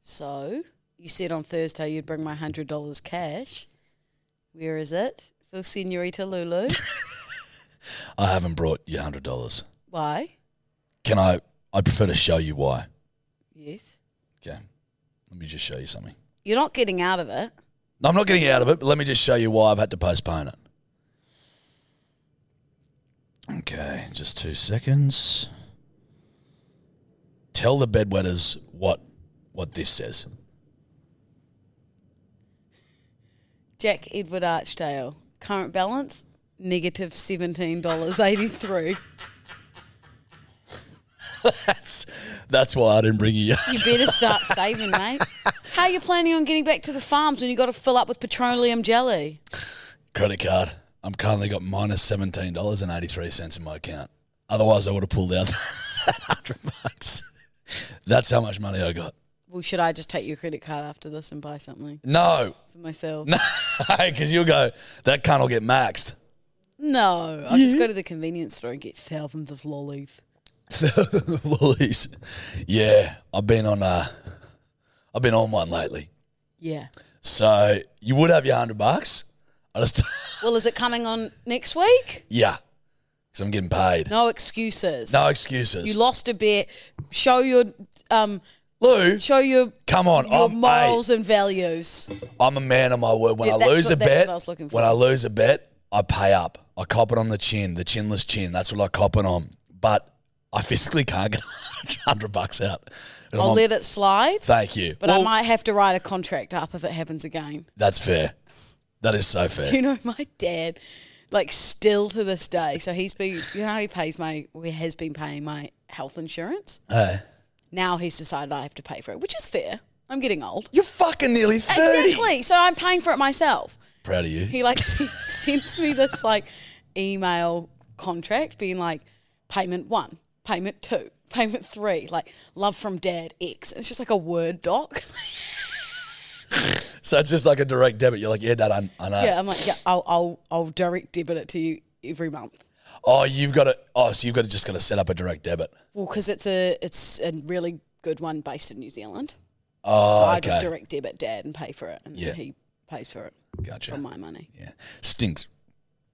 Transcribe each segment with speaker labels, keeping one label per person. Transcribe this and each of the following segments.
Speaker 1: So you said on Thursday you'd bring my hundred dollars cash. Where is it? For Senorita Lulu.
Speaker 2: I haven't brought you hundred dollars.
Speaker 1: Why?
Speaker 2: Can I? I prefer to show you why.
Speaker 1: Yes.
Speaker 2: Okay, let me just show you something.
Speaker 1: You're not getting out of it.
Speaker 2: No, I'm not getting out of it, but let me just show you why I've had to postpone it. Okay, just two seconds. Tell the bedwetters what what this says.
Speaker 1: Jack Edward Archdale. Current balance negative seventeen dollars eighty three.
Speaker 2: that's that's why I didn't bring you.
Speaker 1: You better start saving, mate. How are you planning on getting back to the farms when you got to fill up with petroleum jelly?
Speaker 2: credit card. I'm currently got minus seventeen dollars and eighty three cents in my account. Otherwise, I would have pulled out that hundred bucks. That's how much money I got.
Speaker 1: Well, should I just take your credit card after this and buy something
Speaker 2: No,
Speaker 1: for myself?
Speaker 2: no, because you'll go. That cunt will get maxed.
Speaker 1: No, I'll just go to the convenience store and get thousands of lollies.
Speaker 2: Lollies. Yeah, I've been on. Uh, I've been on one lately.
Speaker 1: Yeah.
Speaker 2: So you would have your hundred bucks. I just
Speaker 1: Well, is it coming on next week?
Speaker 2: yeah, because I'm getting paid.
Speaker 1: No excuses.
Speaker 2: No excuses.
Speaker 1: You lost a bet. Show your um.
Speaker 2: Lou,
Speaker 1: Show your
Speaker 2: come on.
Speaker 1: your
Speaker 2: I'm eight.
Speaker 1: morals and values.
Speaker 2: I'm a man of my word. When
Speaker 1: Yeah,
Speaker 2: I
Speaker 1: that's
Speaker 2: lose
Speaker 1: what-
Speaker 2: a
Speaker 1: that's
Speaker 2: bet,
Speaker 1: what I was looking for.
Speaker 2: when I lose a bet, I pay up. I cop it on the chin, the chinless chin. That's what I cop it on. But I physically can't get hundred bucks out. And
Speaker 1: I'll
Speaker 2: I'm-
Speaker 1: let it slide,
Speaker 2: Thank you.
Speaker 1: but I
Speaker 2: Well,
Speaker 1: might have to write a contract up if it happens again.
Speaker 2: That's fair. That is so fair.
Speaker 1: Do you know my dad, like still to this day. So he's been, you know, how he pays my, or he has been paying my health insurance.
Speaker 2: Hey.
Speaker 1: Now he's decided I have to pay for it, which is fair. I'm getting old.
Speaker 2: You're fucking nearly thirty.
Speaker 1: Exactly. So I'm paying for it myself.
Speaker 2: Proud of you.
Speaker 1: he like sends me this like email contract being like payment one payment two payment three like love from dad x and it's just like a word doc
Speaker 2: So it's just like a direct debit. You're like, yeah, Dad, I, I know.
Speaker 1: yeah i'm like yeah I'll, I'll i'll direct debit it to you every month
Speaker 2: Oh, you've got to. Oh, so you've got to just got to set up a direct debit.
Speaker 1: well because it's a it's a really good one based in new zealand
Speaker 2: Oh,
Speaker 1: so i
Speaker 2: okay.
Speaker 1: just direct debit dad and pay for it and
Speaker 2: Yeah.
Speaker 1: then he pays for it
Speaker 2: Gotcha.
Speaker 1: from my money
Speaker 2: Yeah. Stinks.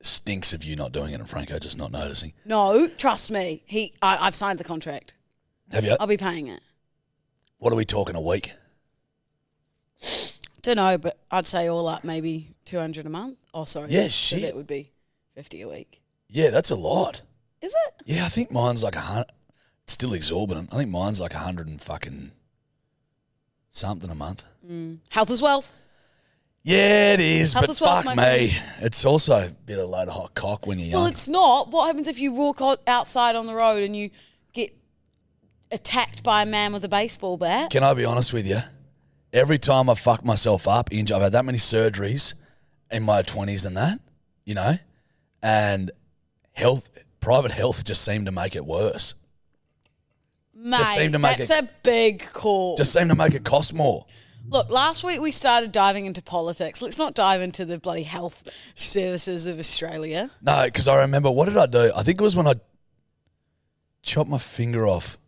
Speaker 2: Stinks of you not doing it, and Franco just not noticing.
Speaker 1: no trust me he I, i've signed the contract
Speaker 2: Have you?
Speaker 1: i'll be paying it
Speaker 2: What are we talking a week?
Speaker 1: Don't know, but I'd say all up maybe two hundred a month. Oh, sorry.
Speaker 2: Yeah,
Speaker 1: So
Speaker 2: shit.
Speaker 1: that would be fifty a week.
Speaker 2: Yeah, that's a lot.
Speaker 1: Is it?
Speaker 2: Yeah, I think mine's like a hundred. Still exorbitant. I think mine's like a hundred and fucking something a month.
Speaker 1: Health is wealth.
Speaker 2: Yeah, it is.
Speaker 1: Health
Speaker 2: but
Speaker 1: is wealth,
Speaker 2: fuck
Speaker 1: my
Speaker 2: me, it's also a bit of a load of hot cock when you're young.
Speaker 1: Well, it's not. What happens if you walk out outside on the road and you get attacked by a man with a baseball bat?
Speaker 2: Can I be honest with you? Every time I fuck myself up, inj- I've had that many surgeries in my twenties and that, you know, and health, private health, just seemed to make it worse.
Speaker 1: Mate,
Speaker 2: seem to make
Speaker 1: that's
Speaker 2: it-
Speaker 1: a big call.
Speaker 2: Just seemed to make it cost more.
Speaker 1: Look, last week we started diving into politics. Let's not dive into the bloody health services of Australia.
Speaker 2: No, because I remember what did I do? I think it was when I chopped my finger off.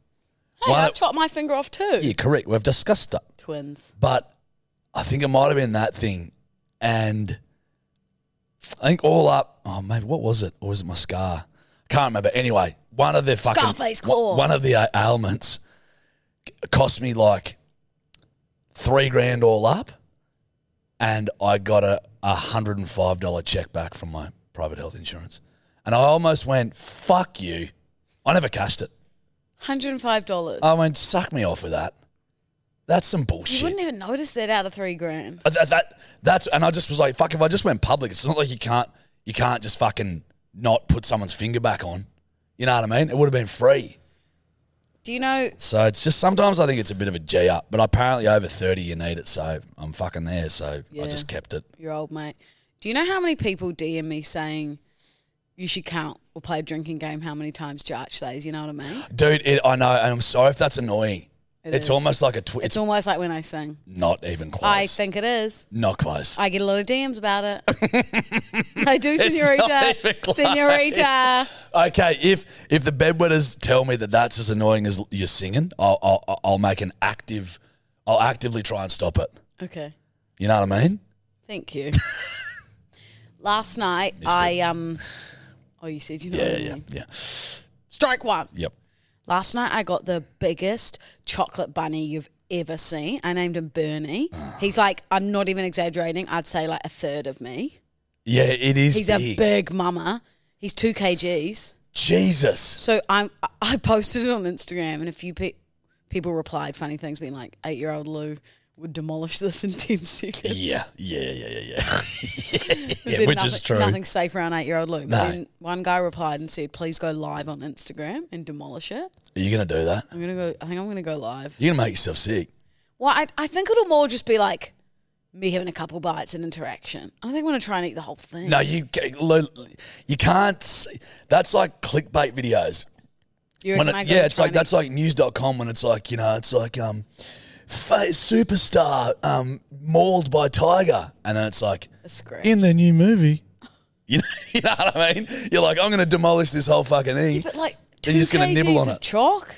Speaker 1: Hey,
Speaker 2: Why-
Speaker 1: I chopped my finger off too.
Speaker 2: Yeah, correct. We've discussed that.
Speaker 1: Twins.
Speaker 2: But I think it might have been that thing. And I think all up, oh, maybe what was it? Or was it my scar? I can't remember. Anyway, one of the fucking.
Speaker 1: Scarface
Speaker 2: one-
Speaker 1: claw.
Speaker 2: One of the uh, ailments cost me like three grand all up. And I got a a $105 check back from my private health insurance. And I almost went, fuck you. I never cashed it.
Speaker 1: Hundred and five dollars.
Speaker 2: I went, suck me off with that. That's some bullshit.
Speaker 1: You wouldn't even notice that out of three grand.
Speaker 2: Uh, That, that that's and I just was like, fuck. If I just went public, it's not like you can't you can't just fucking not put someone's finger back on. You know what I mean? It would have been free.
Speaker 1: Do you know?
Speaker 2: So it's just sometimes I think it's a bit of a G up, but apparently over 30 you need it. So I'm fucking there. So
Speaker 1: Yeah.
Speaker 2: I just kept it.
Speaker 1: Your old mate. Do you know how many people DM me saying you should count or play a drinking game how many times Jarch says? You know what I mean?
Speaker 2: Dude, it, I know. And I'm sorry if that's annoying.
Speaker 1: It
Speaker 2: it's
Speaker 1: is.
Speaker 2: almost like a twitch.
Speaker 1: It's
Speaker 2: It's
Speaker 1: almost like when I sing.
Speaker 2: not even close.
Speaker 1: I think it is.
Speaker 2: not close.
Speaker 1: I get a lot of DMs about it. I do,
Speaker 2: It's not even
Speaker 1: Senorita.
Speaker 2: close.
Speaker 1: Senorita.
Speaker 2: Okay, if if the bedwetters tell me that that's as annoying as l- you're singing, I'll, I'll I'll make an active, I'll actively try and stop it.
Speaker 1: Okay.
Speaker 2: You know what I mean?
Speaker 1: Thank you. Last night,
Speaker 2: Missed
Speaker 1: I
Speaker 2: it.
Speaker 1: um. Oh, you said you know.
Speaker 2: Yeah,
Speaker 1: what I
Speaker 2: yeah, yeah,
Speaker 1: mean.
Speaker 2: yeah.
Speaker 1: Strike one.
Speaker 2: Yep.
Speaker 1: Last night, I got the biggest chocolate bunny you've ever seen. I named him Bernie. He's like, I'm not even exaggerating. I'd say like a third of me.
Speaker 2: Yeah, it is.
Speaker 1: He's a
Speaker 2: big.
Speaker 1: big mama. He's two kgs.
Speaker 2: Jesus.
Speaker 1: So I'm. I- I posted it on Instagram, and a few pe- people replied funny things, being like, eight-year-old Lou would demolish this in ten seconds.
Speaker 2: Yeah, yeah, yeah, yeah, yeah.
Speaker 1: They
Speaker 2: yeah
Speaker 1: said
Speaker 2: which
Speaker 1: nothing,
Speaker 2: is true.
Speaker 1: Nothing safe around eight year old Luke. But
Speaker 2: No.
Speaker 1: then one guy replied and said, please go live on Instagram and demolish it.
Speaker 2: Are you gonna do that?
Speaker 1: I'm going to go, I think I'm going to go live.
Speaker 2: You're gonna make yourself sick.
Speaker 1: Well, I, I think it'll more just be like me having a couple bites and interaction. I think I'm going to try and eat the whole thing.
Speaker 2: No, you ca- lo- you can't. s- That's like clickbait videos.
Speaker 1: You
Speaker 2: When
Speaker 1: reckon I
Speaker 2: it,
Speaker 1: gotta
Speaker 2: yeah, it's
Speaker 1: try
Speaker 2: like
Speaker 1: and eat-
Speaker 2: that's like news.com when it's like, you know, it's like um fa- superstar um mauled by tiger and then it's like
Speaker 1: That's great.
Speaker 2: in the new movie. You know, you know what I mean? You're like, I'm gonna demolish this whole fucking thing.
Speaker 1: Yeah, but like, two
Speaker 2: Then you're just gonna
Speaker 1: kgs
Speaker 2: nibble on
Speaker 1: of
Speaker 2: it.
Speaker 1: chalk.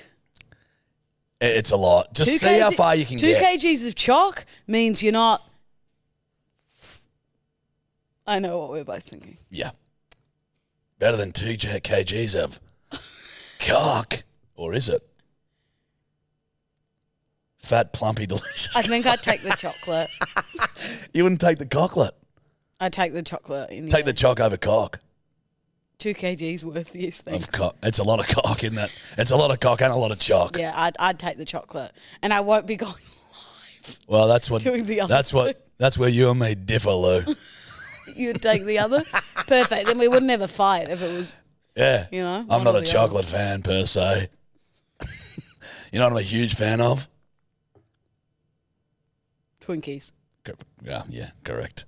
Speaker 2: I- it's a lot. Just
Speaker 1: Two
Speaker 2: see how
Speaker 1: kgs
Speaker 2: far you can
Speaker 1: two
Speaker 2: get.
Speaker 1: kgs of chalk means you're not. I know what we're both thinking.
Speaker 2: yeah. Better than two j- kgs of cock. Or is it? Fat, plumpy, delicious.
Speaker 1: I think I'd take the chocolate.
Speaker 2: you wouldn't take the cocklet.
Speaker 1: I'd take the chocolate. Anyway.
Speaker 2: Take the chock over cock.
Speaker 1: two kgs worth. Yes, thanks.
Speaker 2: Of cock. It's a lot of cock, isn't it? It's a lot of cock and a lot of chalk.
Speaker 1: Yeah, I'd, I'd take the chocolate, and I won't be going.
Speaker 2: Well, that's what.
Speaker 1: Doing the other
Speaker 2: that's what. That's where you and me differ, Lou.
Speaker 1: You'd take the other. Perfect. Then we wouldn't have a fight if it was.
Speaker 2: Yeah.
Speaker 1: You know, one
Speaker 2: I'm not
Speaker 1: or
Speaker 2: a
Speaker 1: the other.
Speaker 2: chocolate fan per se. you know what I'm a huge fan of?
Speaker 1: Twinkies.
Speaker 2: Cor- Yeah, yeah, correct.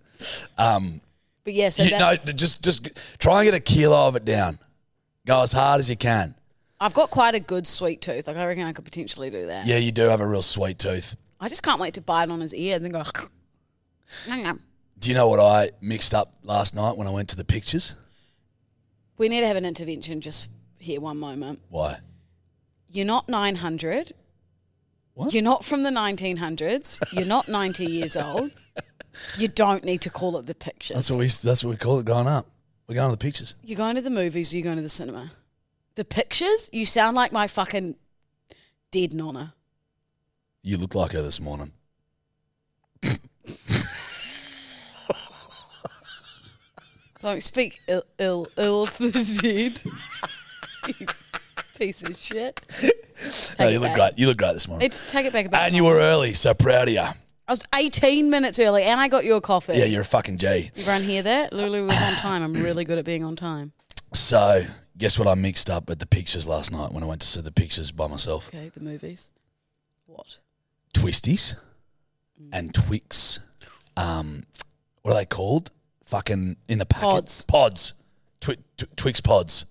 Speaker 2: Um,
Speaker 1: But yeah, so
Speaker 2: you,
Speaker 1: that,
Speaker 2: no, d- just just g- try and get a kilo of it down. Go as hard as you can.
Speaker 1: I've got quite a good sweet tooth. Like I reckon I could potentially do that.
Speaker 2: Yeah, you do have a real sweet tooth.
Speaker 1: I just can't wait to bite on his ears and go. "Nom."
Speaker 2: Do you know what I mixed up last night when I went to the pictures?
Speaker 1: we need to have an intervention just here one moment.
Speaker 2: Why?
Speaker 1: You're not 900.
Speaker 2: What?
Speaker 1: You're not from the 1900s. You're not 90 years old. You don't need to call it the pictures.
Speaker 2: That's what we that's what we call it growing up. We're going to the pictures.
Speaker 1: You're going to the movies, you're going to the cinema. The pictures, you sound like my fucking dead nonna.
Speaker 2: You look like her this morning.
Speaker 1: Don't speak ill, ill, ill of the dead. You Piece of shit.
Speaker 2: No,
Speaker 1: Take
Speaker 2: you
Speaker 1: it
Speaker 2: look
Speaker 1: back.
Speaker 2: great. You look great this morning.
Speaker 1: It's take it back about.
Speaker 2: and you were early, so proud of you.
Speaker 1: I was 18 minutes early and I got you a coffee.
Speaker 2: Yeah, you're a fucking G.
Speaker 1: Everyone hear that? Lulu was on time. I'm really good at being on time.
Speaker 2: So, guess what I mixed up at the pictures last night when I went to see the pictures by myself?
Speaker 1: Okay, the movies. What?
Speaker 2: Twisties and Twix. Um, what are they called? Fucking in the packet.
Speaker 1: Pods.
Speaker 2: Pods. Twi- tw- Twix pods.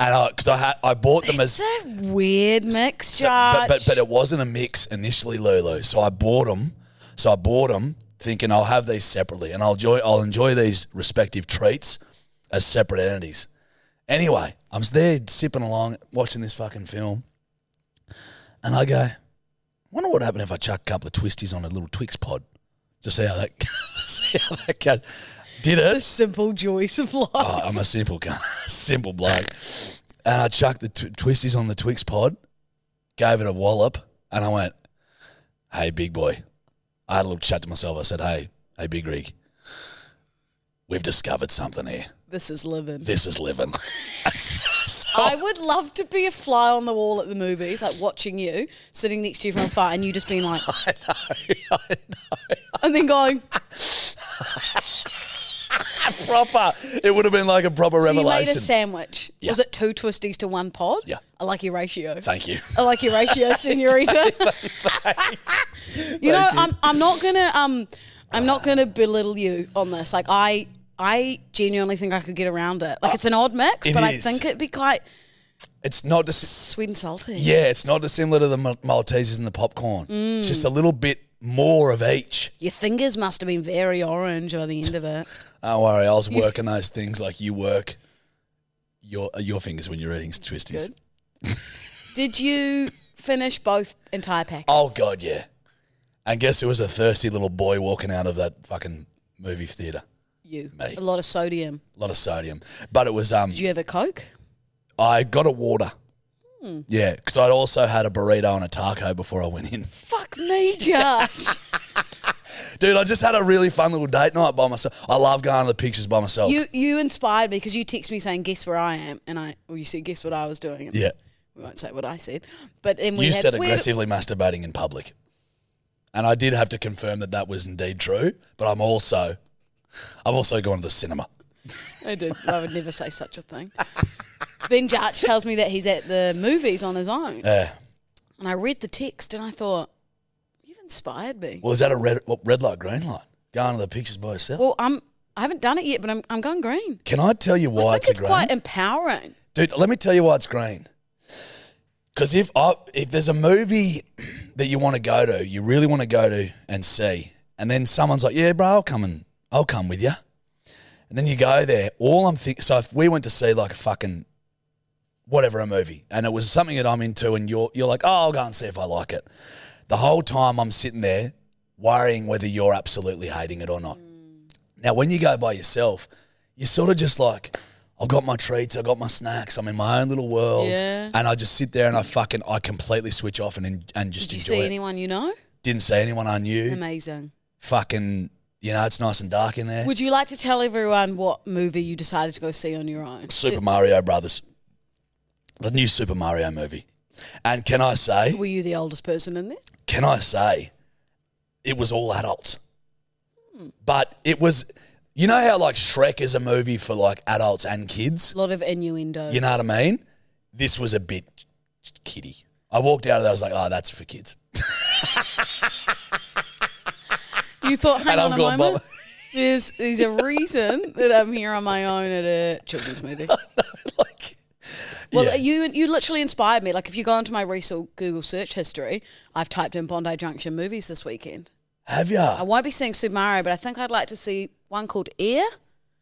Speaker 2: And I, because I had, I bought them as
Speaker 1: It's a weird mix,
Speaker 2: So- but,
Speaker 1: Josh.
Speaker 2: but but it wasn't a mix initially, Lulu. So I bought them. So I bought them thinking I'll have these separately, and I'll enjoy I'll enjoy these respective treats as separate entities. Anyway, I'm there sipping along, watching this fucking film, and I go, "Wonder what happened if I chuck a couple of twisties on a little Twix pod? Just see how that see how that goes." Did it?
Speaker 1: the simple joys of life.
Speaker 2: Oh, I'm a simple guy, simple bloke. And I chucked the tw- twisties on the Twix pod, gave it a wallop, and I went, "Hey, big boy." I had a little chat to myself. I said, "Hey, hey, big rig, we've discovered something here.
Speaker 1: This is living.
Speaker 2: This is living." So-
Speaker 1: I would love to be a fly on the wall at the movies, like watching you sitting next to you from afar, and you just being like, I know, and then going,
Speaker 2: proper. It would have been like a proper
Speaker 1: So you
Speaker 2: revelation.
Speaker 1: made a sandwich.
Speaker 2: Yeah.
Speaker 1: Was it two twisties to one pod?
Speaker 2: Yeah.
Speaker 1: I like your ratio.
Speaker 2: Thank you.
Speaker 1: I like your ratio, senorita. you know, I'm I'm not gonna um I'm not gonna belittle you on this. Like I I genuinely think I could get around it. Like it's an odd mix,
Speaker 2: It
Speaker 1: but
Speaker 2: is.
Speaker 1: I think it'd be quite
Speaker 2: It's not dis-
Speaker 1: sweet and salty.
Speaker 2: yeah, it's not dissimilar to the Mal- Maltesers and the popcorn.
Speaker 1: Mm.
Speaker 2: It's just a little bit more of each.
Speaker 1: Your fingers must have been very orange by the end of it.
Speaker 2: Don't worry, I was working those things like you work your your fingers when you're eating twisties.
Speaker 1: Good. Did you finish both entire packets?
Speaker 2: Oh god, yeah. And guess who was a thirsty little boy walking out of that fucking movie theater?
Speaker 1: you.
Speaker 2: me.
Speaker 1: A lot of sodium.
Speaker 2: A lot of sodium, but it was um.
Speaker 1: Did you have a Coke?
Speaker 2: I got a water.
Speaker 1: Hmm.
Speaker 2: Yeah, because I'd also had a burrito and a taco before I went in.
Speaker 1: Fuck me, Josh.
Speaker 2: Dude, I just had a really fun little date night by myself. I love going to the pictures by myself.
Speaker 1: You you inspired me because you text me saying, "Guess where I am," and I well, you said, "Guess what I was doing." And
Speaker 2: yeah.
Speaker 1: we won't say what I said, but then we
Speaker 2: You
Speaker 1: had,
Speaker 2: said
Speaker 1: we had-
Speaker 2: aggressively masturbating in public. And I did have to confirm that that was indeed true, but I'm also I've also gone to the cinema.
Speaker 1: I did. I would never say such a thing. then Jarch tells me that he's at the movies on his own,
Speaker 2: Yeah.
Speaker 1: and I read the text and I thought, "You've inspired me."
Speaker 2: Well, is that a red what, red light, green light? Going to the pictures by yourself?
Speaker 1: Well, I'm I haven't done it yet, but I'm I'm going green.
Speaker 2: Can I tell you why
Speaker 1: I think
Speaker 2: it's
Speaker 1: it's
Speaker 2: a green?
Speaker 1: quite empowering.
Speaker 2: Dude, let me tell you why it's green. Because if I, if there's a movie that you want to go to, you really want to go to and see, and then someone's like, "Yeah, bro, I'll come and I'll come with you," and then you go there. All I'm thinking, so if we went to see like a fucking whatever a movie, and it was something that I'm into, and you're you're like, "Oh, I'll go and see if I like it," the whole time I'm sitting there worrying whether you're absolutely hating it or not.
Speaker 1: Mm.
Speaker 2: Now, when you go by yourself, you're sort of just like, I've got my treats, I've got my snacks, I'm in my own little world.
Speaker 1: Yeah.
Speaker 2: And I just sit there and I fucking, I completely switch off and, en- and just
Speaker 1: Did you
Speaker 2: enjoy
Speaker 1: see
Speaker 2: it.
Speaker 1: anyone you know?
Speaker 2: Didn't see anyone I knew.
Speaker 1: Amazing.
Speaker 2: Fucking, you know, it's nice and dark in there.
Speaker 1: Would you like to tell everyone what movie you decided to go see on your own?
Speaker 2: Super Mario Brothers. The new Super Mario movie. And can I say,
Speaker 1: Were you the oldest person in there?
Speaker 2: can I say, it was all adults. But it was, you know how like Shrek is a movie for like adults and kids?
Speaker 1: A lot of innuendos.
Speaker 2: You know what I mean? This was a bit kiddie. I walked out of there, I was like, oh, that's for kids.
Speaker 1: You thought, hang
Speaker 2: And
Speaker 1: on
Speaker 2: I've
Speaker 1: a moment.
Speaker 2: gone, "Mama."
Speaker 1: There's there's a reason that I'm here on my own at a children's movie.
Speaker 2: like,
Speaker 1: Well,
Speaker 2: yeah.
Speaker 1: you you literally inspired me. Like if you go into my recent Google search history, I've typed in Bondi Junction movies this weekend.
Speaker 2: have
Speaker 1: I
Speaker 2: ya?
Speaker 1: won't be seeing Super Mario, but I think I'd like to see one called Air.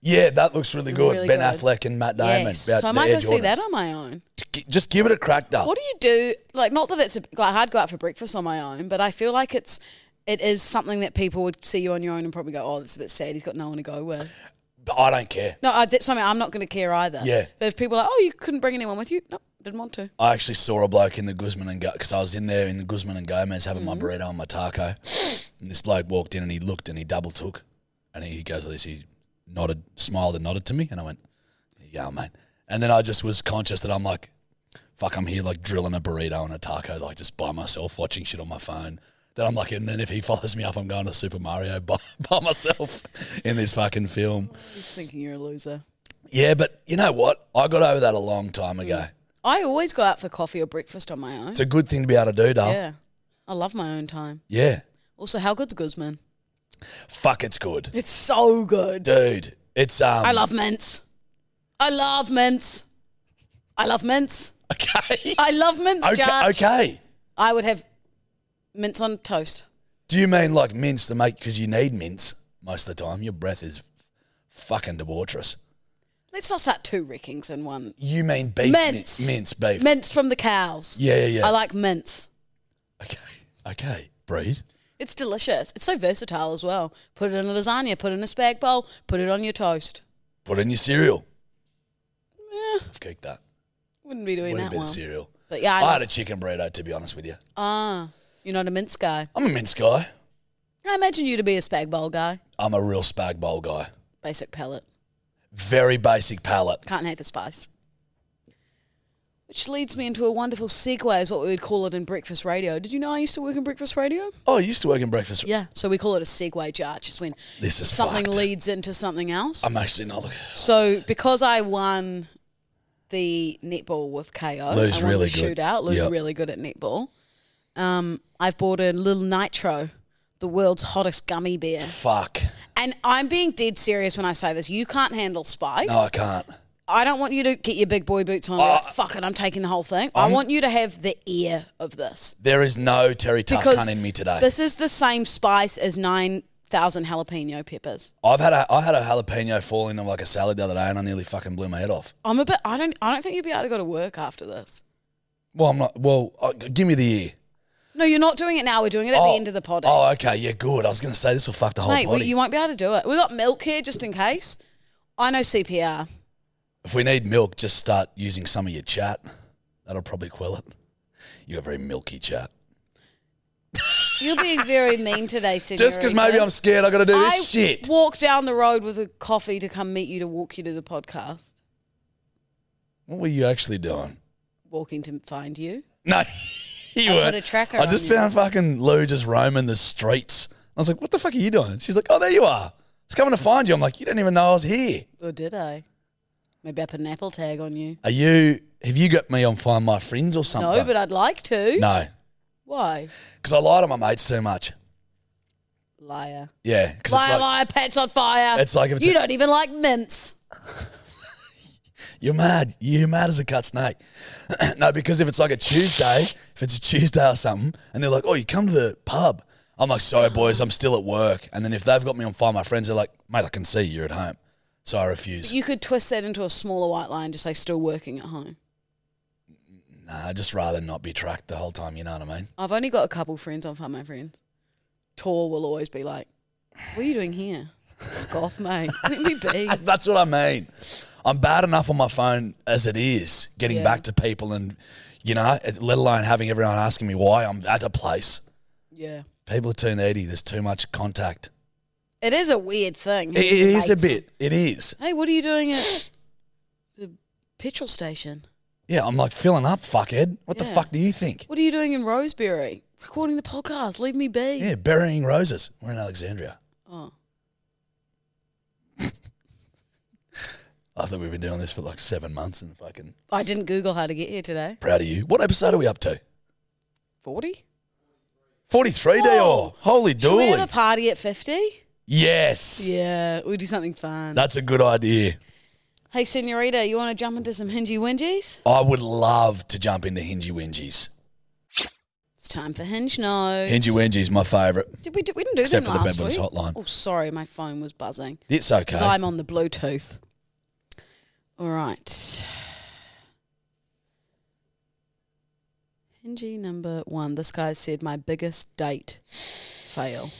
Speaker 2: Yeah, that looks really good.
Speaker 1: Really
Speaker 2: ben
Speaker 1: good.
Speaker 2: Affleck and Matt Damon.
Speaker 1: Yes.
Speaker 2: about
Speaker 1: So I
Speaker 2: the
Speaker 1: might go
Speaker 2: Air
Speaker 1: see
Speaker 2: Jordans.
Speaker 1: that on my own.
Speaker 2: G- Just give it a crack, though.
Speaker 1: What do you do? Like, not that it's a, like I'd go out for breakfast on my own, but I feel like it's it is something that people would see you on your own and probably go, "Oh, that's a bit sad. He's got no one to go with."
Speaker 2: I don't care.
Speaker 1: No, I, that's what I mean. I'm not going to care either.
Speaker 2: Yeah.
Speaker 1: But if people are like, "Oh, you couldn't bring anyone with you," no, didn't want to.
Speaker 2: I actually saw a bloke in the Guzman and because I was in there in the Guzman and Gomez having my burrito and my taco, and this bloke walked in and he looked and he double took, and he goes like this, he nodded, smiled and nodded to me, and I went, "There you go, mate." And then I just was conscious that I'm like, "Fuck, I'm here like drilling a burrito and a taco like just by myself, watching shit on my phone." Then I'm like, and then if he follows me up, I'm going to Super Mario by, by myself in this fucking film.
Speaker 1: Just thinking you're a loser.
Speaker 2: Yeah, but you know what? I got over that a long time ago.
Speaker 1: I always go out for coffee or breakfast on my own.
Speaker 2: It's a good thing to be able to do, Dale.
Speaker 1: yeah. I love my own time.
Speaker 2: yeah.
Speaker 1: Also, how good's Guzman?
Speaker 2: Fuck, it's good,
Speaker 1: It's so good.
Speaker 2: dude. It's um.
Speaker 1: I love mints. I love mints. I love mints.
Speaker 2: Okay.
Speaker 1: I love mints,
Speaker 2: okay.
Speaker 1: Josh.
Speaker 2: Okay.
Speaker 1: I would have mints on toast.
Speaker 2: Do you mean like mints to make? Because you need mints most of the time. Your breath is fucking debaucherous.
Speaker 1: Let's not start two wreckings in one.
Speaker 2: You mean beef
Speaker 1: Mints.
Speaker 2: min- mince beef.
Speaker 1: Mints from the cows.
Speaker 2: Yeah, yeah, yeah.
Speaker 1: I like mints.
Speaker 2: okay. Okay. Breathe.
Speaker 1: It's delicious. It's so versatile as well. Put it in a lasagna, put it in a spag bowl, put it on your toast.
Speaker 2: Put in your cereal.
Speaker 1: Eh,
Speaker 2: I've kicked that.
Speaker 1: wouldn't be doing
Speaker 2: Would have
Speaker 1: that
Speaker 2: been
Speaker 1: well.
Speaker 2: cereal.
Speaker 1: But yeah, I,
Speaker 2: I,
Speaker 1: love-
Speaker 2: had a chicken burrito, to be honest with you.
Speaker 1: ah, you're not a mince guy.
Speaker 2: I'm a mince guy.
Speaker 1: I imagine you to be a spag bowl guy.
Speaker 2: I'm a real spag bowl guy.
Speaker 1: Basic palate.
Speaker 2: Very basic palate.
Speaker 1: Can't hate a spice. Which leads me into a wonderful segue, is what we would call it in breakfast radio. Did you know I used to work in breakfast radio?
Speaker 2: Oh, I used to work in breakfast.
Speaker 1: Yeah. So we call it a segue charge. It's when
Speaker 2: This is
Speaker 1: something
Speaker 2: fucked.
Speaker 1: leads into something else.
Speaker 2: I'm actually not looking.
Speaker 1: so because I won the netball with KO,
Speaker 2: Lou's
Speaker 1: I won
Speaker 2: really
Speaker 1: the
Speaker 2: good.
Speaker 1: shootout. Lou's
Speaker 2: Yep.
Speaker 1: really good at netball. Um, I've bought a little nitro, the world's hottest gummy bear,
Speaker 2: Fuck.
Speaker 1: and I'm being dead serious when I say this. You can't handle spice.
Speaker 2: No, I can't. Uh,
Speaker 1: I don't want you to get your big boy boots on. and be like, Fuck it, I'm taking the whole thing. i want you to have the ear of this
Speaker 2: There is no Terry Tough
Speaker 1: because
Speaker 2: cunt in me today.
Speaker 1: This is the same spice as nine thousand jalapeno peppers.
Speaker 2: I've had a I had a jalapeno fall into like a salad the other day, and I nearly fucking blew my head off.
Speaker 1: I'm a bit. I don't. I don't think you'll be able to go to work after this.
Speaker 2: Well, I'm not. Well, uh, g- give me the ear.
Speaker 1: No, you're not doing it now. We're doing it at
Speaker 2: oh,
Speaker 1: the end of the pod. eh?
Speaker 2: Oh, okay. Yeah, good. I was gonna say this will fuck the whole
Speaker 1: Mate, well,
Speaker 2: body.
Speaker 1: you won't be able to do it. We got milk here just in case. I know CPR.
Speaker 2: if we need milk, just start using some of your chat. That'll probably quell it. You got very milky chat.
Speaker 1: You're being very mean today, Senorita.
Speaker 2: Just because maybe I'm scared, I got to do
Speaker 1: I
Speaker 2: this shit.
Speaker 1: walked down the road with a coffee to come meet you to walk you to the podcast.
Speaker 2: What were you actually doing?
Speaker 1: Walking to find you.
Speaker 2: No, you
Speaker 1: I've
Speaker 2: weren't.
Speaker 1: got a tracker
Speaker 2: I
Speaker 1: on
Speaker 2: just
Speaker 1: you.
Speaker 2: found fucking Lou just roaming the streets. I was like, "What the fuck are you doing?" She's like, "Oh, there you are. It's coming to find you." I'm like, "You don't even know I was here."
Speaker 1: Or did I? Maybe I put an Apple tag on you.
Speaker 2: Are you? Have you got me on Find My Friends or something?
Speaker 1: No, but I'd like to.
Speaker 2: no,
Speaker 1: Why?
Speaker 2: because I lie to my mates too much.
Speaker 1: Liar.
Speaker 2: Yeah, because
Speaker 1: Liar,
Speaker 2: it's like
Speaker 1: liar, Pat's on fire.
Speaker 2: It's like if it's
Speaker 1: you
Speaker 2: a-
Speaker 1: don't even like mints.
Speaker 2: you're mad. You're mad as a cut snake. no, because if it's like a Tuesday, if it's a Tuesday or something, and they're like, "Oh, you come to the pub," I'm like, "Sorry, boys, I'm still at work." And then if they've got me on Find My Friends, they're like, "Mate, I can see you're at home," so I refuse.
Speaker 1: You could twist that into a smaller white line, just say still working at home.
Speaker 2: Nah, I'd just rather not be tracked the whole time, you know what I mean?
Speaker 1: I've only got a couple friends on Find My Friends. Tor will always be like, What are you doing here? Fuck off, mate. Let me be.
Speaker 2: That's what I mean. I'm bad enough on my phone as it is, getting
Speaker 1: Yeah.
Speaker 2: back to people and, you know, let alone having everyone asking me why I'm at a place.
Speaker 1: Yeah.
Speaker 2: People are too needy. There's too much contact.
Speaker 1: It is a weird thing.
Speaker 2: It- it is a
Speaker 1: Mates.
Speaker 2: bit. It is.
Speaker 1: Hey, what are you doing at the petrol station?
Speaker 2: Yeah, I'm like filling up, fuckhead. What the
Speaker 1: Yeah.
Speaker 2: fuck do you think?
Speaker 1: What are you doing in Rosebery? Recording the podcast. Leave me be.
Speaker 2: Yeah, burying roses. We're in Alexandria.
Speaker 1: Oh.
Speaker 2: I thought we've been doing this for like seven months and fucking
Speaker 1: I didn't Google how to get here today.
Speaker 2: proud of you. What episode are we up to?
Speaker 1: 40?
Speaker 2: 43 day
Speaker 1: Whoa.
Speaker 2: or Holy
Speaker 1: Should Oh, we have a
Speaker 2: dooly.
Speaker 1: party at 50?
Speaker 2: Yes.
Speaker 1: Yeah, we do something fun.
Speaker 2: That's a good idea.
Speaker 1: hey, Senorita, you want to jump into some hingy wingies?
Speaker 2: I would love to jump into Hingy Wingies.
Speaker 1: It's time for hinge notes.
Speaker 2: Hingy Wingies, my favourite.
Speaker 1: Did we, do, we didn't do
Speaker 2: Except
Speaker 1: them
Speaker 2: for the
Speaker 1: last
Speaker 2: Bedbugs
Speaker 1: week.
Speaker 2: hotline.
Speaker 1: Oh, sorry, my phone was buzzing
Speaker 2: It's okay.
Speaker 1: because I'm on the Bluetooth. All right. Hingy number one. This guy said my biggest date fail.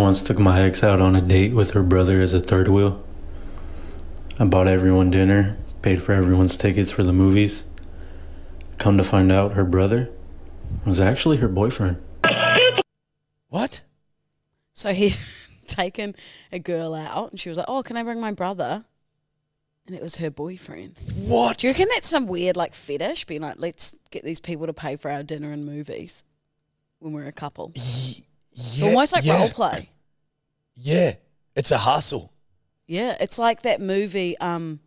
Speaker 3: Once took my ex out on a date with her brother as a third wheel. I bought everyone dinner, paid for everyone's tickets for the movies. Come to find out, her brother was actually her boyfriend.
Speaker 2: what?
Speaker 1: So he'd taken a girl out, and she was like, "Oh, can I bring my brother?" And it was her boyfriend.
Speaker 2: What?
Speaker 1: Do you reckon that's some weird like fetish? Being like, let's get these people to pay for our dinner and movies when we're a couple.
Speaker 2: Ye-
Speaker 1: It's
Speaker 2: yeah,
Speaker 1: almost like
Speaker 2: yeah.
Speaker 1: role play.
Speaker 2: Yeah. It's a hustle.
Speaker 1: Yeah, it's like that movie. Um,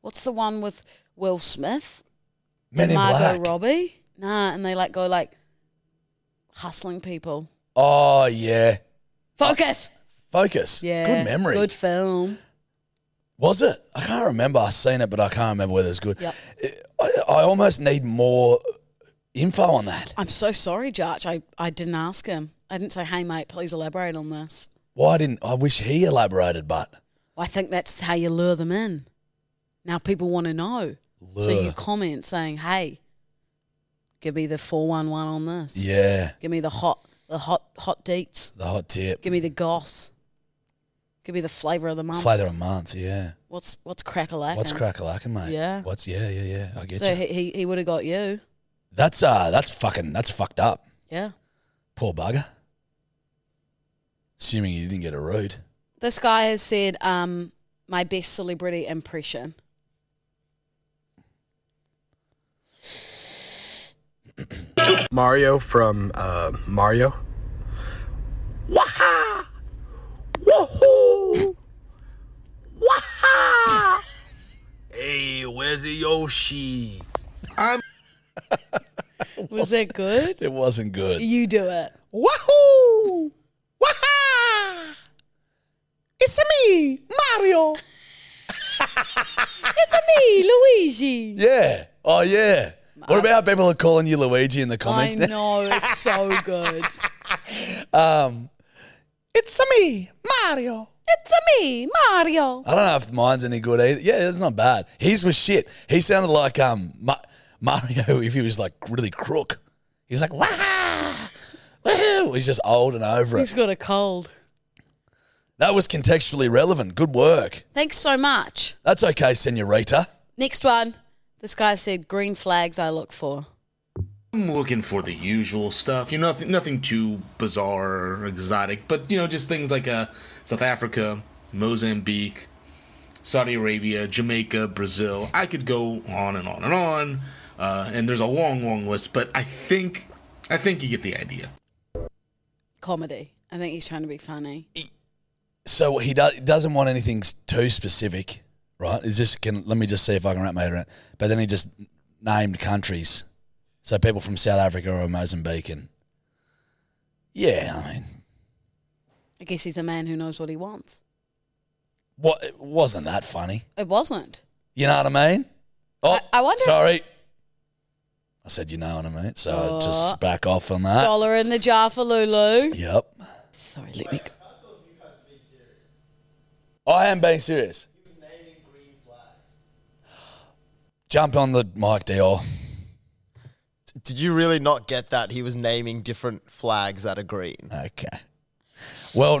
Speaker 1: what's the one with Will Smith,
Speaker 2: Men in
Speaker 1: Margot
Speaker 2: Black.
Speaker 1: Robbie? Nah, and they like go like hustling people.
Speaker 2: Oh, yeah.
Speaker 1: Focus.
Speaker 2: Focus.
Speaker 1: Yeah,
Speaker 2: Good memory.
Speaker 1: Good film.
Speaker 2: Was it? I can't remember. I've seen it, but I can't remember whether it's good.
Speaker 1: Yep.
Speaker 2: I, I almost need more info on that.
Speaker 1: I'm so sorry, Judge. I, I didn't ask him. I didn't say, hey, mate, please elaborate on this.
Speaker 2: Why didn't I wish he elaborated, but
Speaker 1: I think that's how you lure them in. Now people want to know. So you
Speaker 2: Lure.
Speaker 1: comment saying, hey, give me the 411 on this.
Speaker 2: yeah,
Speaker 1: Give me the hot, the hot, hot deets.
Speaker 2: the hot tip.
Speaker 1: Give me the goss. Give me the flavour of the month.
Speaker 2: Flavor a month, yeah.
Speaker 1: What's, what's crack a lack?
Speaker 2: What's crack a lacking, mate?
Speaker 1: Yeah.
Speaker 2: What's yeah, yeah, yeah. I get
Speaker 1: So
Speaker 2: you.
Speaker 1: he, he, he would have got you.
Speaker 2: that's uh that's fucking that's fucked up.
Speaker 1: Yeah.
Speaker 2: Poor bugger. Assuming you didn't get a root.
Speaker 1: This guy has said, um, my best celebrity impression.
Speaker 4: Mario from uh, Mario. Waha! Woohoo! Waha! hey, where's the Yoshi?
Speaker 1: Was it good?
Speaker 2: It wasn't good.
Speaker 1: You do it.
Speaker 2: Wahoo! Waha! It's me, Mario.
Speaker 1: It's me, Luigi.
Speaker 2: Yeah. Oh yeah. What about people are calling you Luigi in the comments
Speaker 1: I
Speaker 2: now?
Speaker 1: know it's so good.
Speaker 2: Um, it's me, Mario.
Speaker 1: it's me, Mario.
Speaker 2: I don't know if mine's any good either. Yeah, it's not bad. His was shit. He sounded like um Ma- Mario if he was like really crook. He was like wah, woohoo. He's just old and over
Speaker 1: He's
Speaker 2: it.
Speaker 1: got a cold.
Speaker 2: That was contextually relevant. Good work.
Speaker 1: Thanks so much.
Speaker 2: That's okay, Senorita.
Speaker 1: Next one. This guy said green flags I look for.
Speaker 5: I'm looking for the usual stuff, you know, nothing, nothing too bizarre or exotic, but you know, just things like uh, South Africa, Mozambique, Saudi Arabia, Jamaica, Brazil. I could go on and on and on, uh, and there's a long, long list. But I think, I think you get the idea.
Speaker 1: Comedy. I think he's trying to be funny.
Speaker 2: So he do- doesn't want anything s- too specific, right? Is this can let me just see if I can wrap my head around. It. But then he just named countries, so people from South Africa or Mozambique, and yeah, I mean,
Speaker 1: I guess he's a man who knows what he wants.
Speaker 2: what it wasn't that funny?
Speaker 1: It wasn't.
Speaker 2: You know what I mean? Oh,
Speaker 1: I- I wonder-
Speaker 2: Sorry, I said you know what I mean, so I
Speaker 1: Oh.
Speaker 2: just back off on that.
Speaker 1: Dollar in the jar for Lulu.
Speaker 2: Yep,
Speaker 1: Sorry, let me go.
Speaker 2: I am being serious. Jump on the mic, Dior.
Speaker 6: Did you really not get that? He was naming different flags that are green.
Speaker 2: Okay. Well,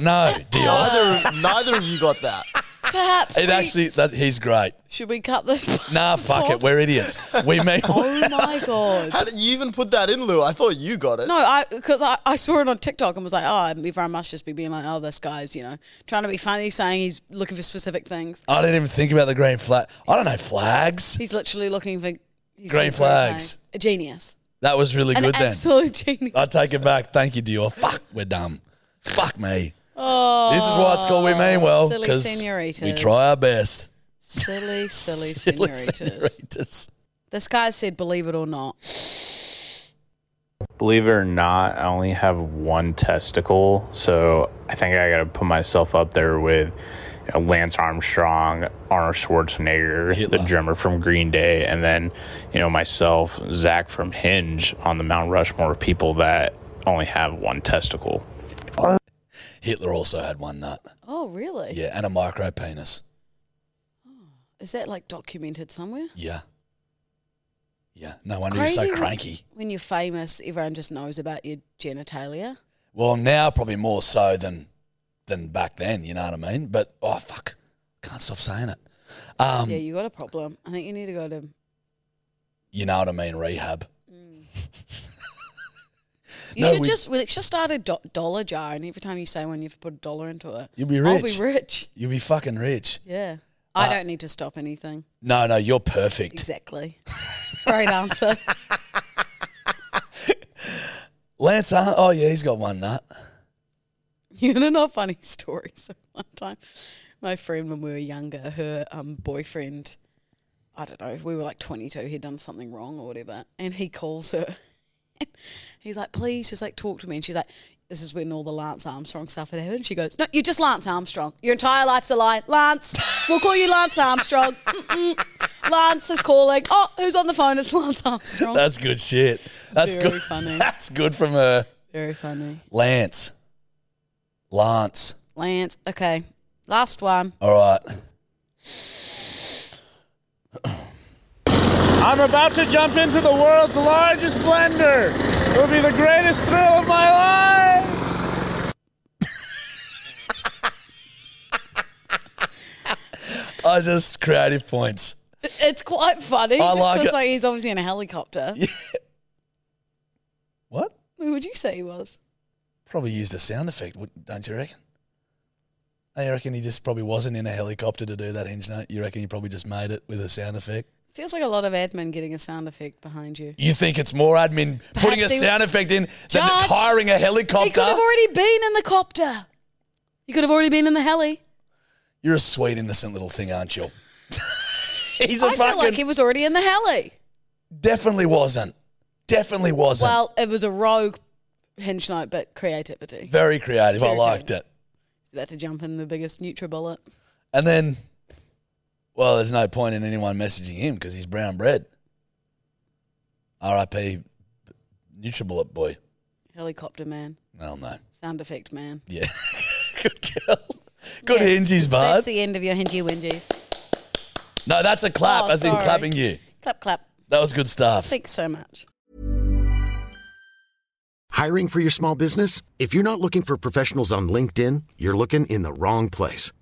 Speaker 2: no, Dior.
Speaker 1: Oh,
Speaker 6: Neither, neither of you got that.
Speaker 1: Perhaps
Speaker 2: It
Speaker 1: we-
Speaker 2: actually, that, he's great.
Speaker 1: should we cut this? part
Speaker 2: Nah, fuck it. We're idiots. We mean,
Speaker 1: Oh my god.
Speaker 6: How did you even put that in, Lou? I thought you got it.
Speaker 1: No, I because I, I saw it on TikTok and was like, oh, everyone must just be being like, oh, this guy's you know trying to be funny, saying he's looking for specific things.
Speaker 2: I didn't even think about the green flag. I don't know flags.
Speaker 1: He's literally looking for he's
Speaker 2: Green
Speaker 1: looking for
Speaker 2: flags.
Speaker 1: A genius.
Speaker 2: That was really
Speaker 1: An
Speaker 2: good then.
Speaker 1: absolute genius.
Speaker 2: I take it back. Thank you, Dior. Fuck, we're dumb. Fuck me. this is why it's called We Mean Well
Speaker 1: silly
Speaker 2: because
Speaker 1: senoritas.
Speaker 2: we try our best.
Speaker 1: silly, silly,
Speaker 2: Silly
Speaker 1: senoritas.
Speaker 2: senoritas.
Speaker 1: This guy said, believe it or not.
Speaker 7: Believe it or not, I only have one testicle, so I think I got to put myself up there with you know, Lance Armstrong, Arnold Schwarzenegger, the drummer from Green Day, and then you know myself, Zach from Hinge, on the Mount Rushmore of people that only have one testicle.
Speaker 2: Hitler also had one nut.
Speaker 1: Oh, really?
Speaker 2: Yeah, and a micro penis.
Speaker 1: Is that like documented somewhere?
Speaker 2: Yeah. Yeah. No wonder he was so
Speaker 1: crazy when-
Speaker 2: cranky.
Speaker 1: When you're famous, everyone just knows about your genitalia.
Speaker 2: Well, now probably more so than than back then. You know what I mean? But oh fuck, can't stop saying it. Um,
Speaker 1: yeah, you got a problem. I think you need to go to.
Speaker 2: you know what I mean? Rehab.
Speaker 1: Mm. You
Speaker 2: No,
Speaker 1: should
Speaker 2: we-
Speaker 1: just well, let's just start a do- dollar jar, and every time you say one, you have to put a dollar into it.
Speaker 2: You'll be
Speaker 1: I'll
Speaker 2: rich.
Speaker 1: be rich.
Speaker 2: You'll be fucking rich.
Speaker 1: Yeah. I
Speaker 2: Uh,
Speaker 1: don't need to stop anything.
Speaker 2: No, no, you're perfect.
Speaker 1: Exactly. Great answer.
Speaker 2: Lance, Ar- oh yeah, he's got one nut.
Speaker 1: You know, not funny story. So one time, my friend when we were younger, her um, boyfriend, I don't know, we were like 22. He'd done something wrong or whatever, and he calls her. He's like, please, just like talk to me. And she's like, this is when all the Lance Armstrong stuff had happened. She goes, no, you're just Lance Armstrong. Your entire life's a lie, Lance. We'll call you Lance Armstrong. Mm-mm. Lance is calling. Oh, who's on the phone? It's Lance Armstrong.
Speaker 2: That's good shit. That's
Speaker 1: very
Speaker 2: good.
Speaker 1: funny.
Speaker 2: That's good from her.
Speaker 1: Very funny.
Speaker 2: Lance. Lance.
Speaker 1: Lance. Okay, last one.
Speaker 2: All right.
Speaker 8: I'm about to jump into the world's largest blender. It will be the greatest thrill of my life.
Speaker 2: I just creative points.
Speaker 1: It's quite funny.
Speaker 2: I
Speaker 1: just
Speaker 2: like
Speaker 1: 'cause,
Speaker 2: it.
Speaker 1: like he's obviously in a helicopter.
Speaker 2: What?
Speaker 1: Who would you say he was?
Speaker 2: Probably used a sound effect, wouldn't- don't you reckon? I reckon he just probably wasn't in a helicopter to do that hinge note. You reckon he probably just made it with a sound effect?
Speaker 1: Feels like a lot of admin getting a sound effect behind you.
Speaker 2: You think it's more admin putting a
Speaker 1: Perhaps they-
Speaker 2: sound effect in than
Speaker 1: Judge,
Speaker 2: hiring a
Speaker 1: He could
Speaker 2: helicopter?
Speaker 1: have already been in the copter. He could have already been in the heli.
Speaker 2: You're a sweet, innocent little thing, aren't you? He's
Speaker 1: I
Speaker 2: a
Speaker 1: feel
Speaker 2: fucking.
Speaker 1: like he was already in the heli.
Speaker 2: definitely wasn't. Definitely wasn't.
Speaker 1: Well, it was a rogue hinge note, but creativity.
Speaker 2: Very creative. I
Speaker 1: Very
Speaker 2: liked it.
Speaker 1: He's about to jump in the biggest NutriBullet.
Speaker 2: And then, well, there's no point in anyone messaging him because he's brown bread. R.I.P. Nutribullet boy.
Speaker 1: Helicopter man.
Speaker 2: Well, no.
Speaker 1: Sound effect man.
Speaker 2: Yeah. Good girl. Good hinges, bud.
Speaker 1: That's the end of your hingy wingies.
Speaker 2: no, that's a clap,
Speaker 1: Oh,
Speaker 2: as in
Speaker 1: sorry.
Speaker 2: clapping you.
Speaker 1: Clap, clap.
Speaker 2: That was good stuff.
Speaker 1: Thanks so much.
Speaker 9: Hiring for your small business? If you're not looking for professionals on LinkedIn, you're looking in the wrong place.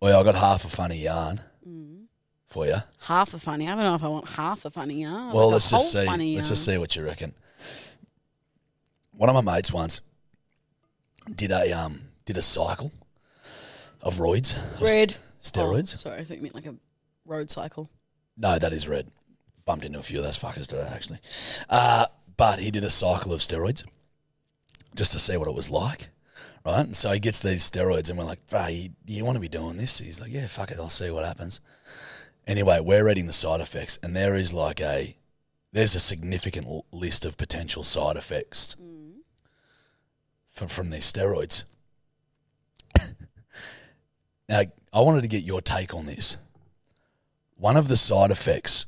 Speaker 2: Well, I got half a funny yarn
Speaker 1: Mm.
Speaker 2: for you.
Speaker 1: Half a funny. I don't know if I want half a funny yarn.
Speaker 2: well,
Speaker 1: Like a
Speaker 2: let's just
Speaker 1: whole
Speaker 2: see. Let's
Speaker 1: funny um,
Speaker 2: just
Speaker 1: yarn.
Speaker 2: see what you reckon. One of my mates once did a um did a cycle of roids, of s-
Speaker 1: Red.
Speaker 2: steroids.
Speaker 1: Oh, sorry, I think it meant like a road cycle.
Speaker 2: No, that is red. Bumped into a few of those fuckers today, actually. Uh, but he did a cycle of steroids just to see what it was like, right? And so he gets these steroids, and we're like, bro, you, you want to be doing this? He's like, yeah, fuck it, I'll see what happens. Anyway, we're reading the side effects, and there is like a there's a significant l- list of potential side effects from, from these steroids. now, I wanted to get your take on this one of the side effects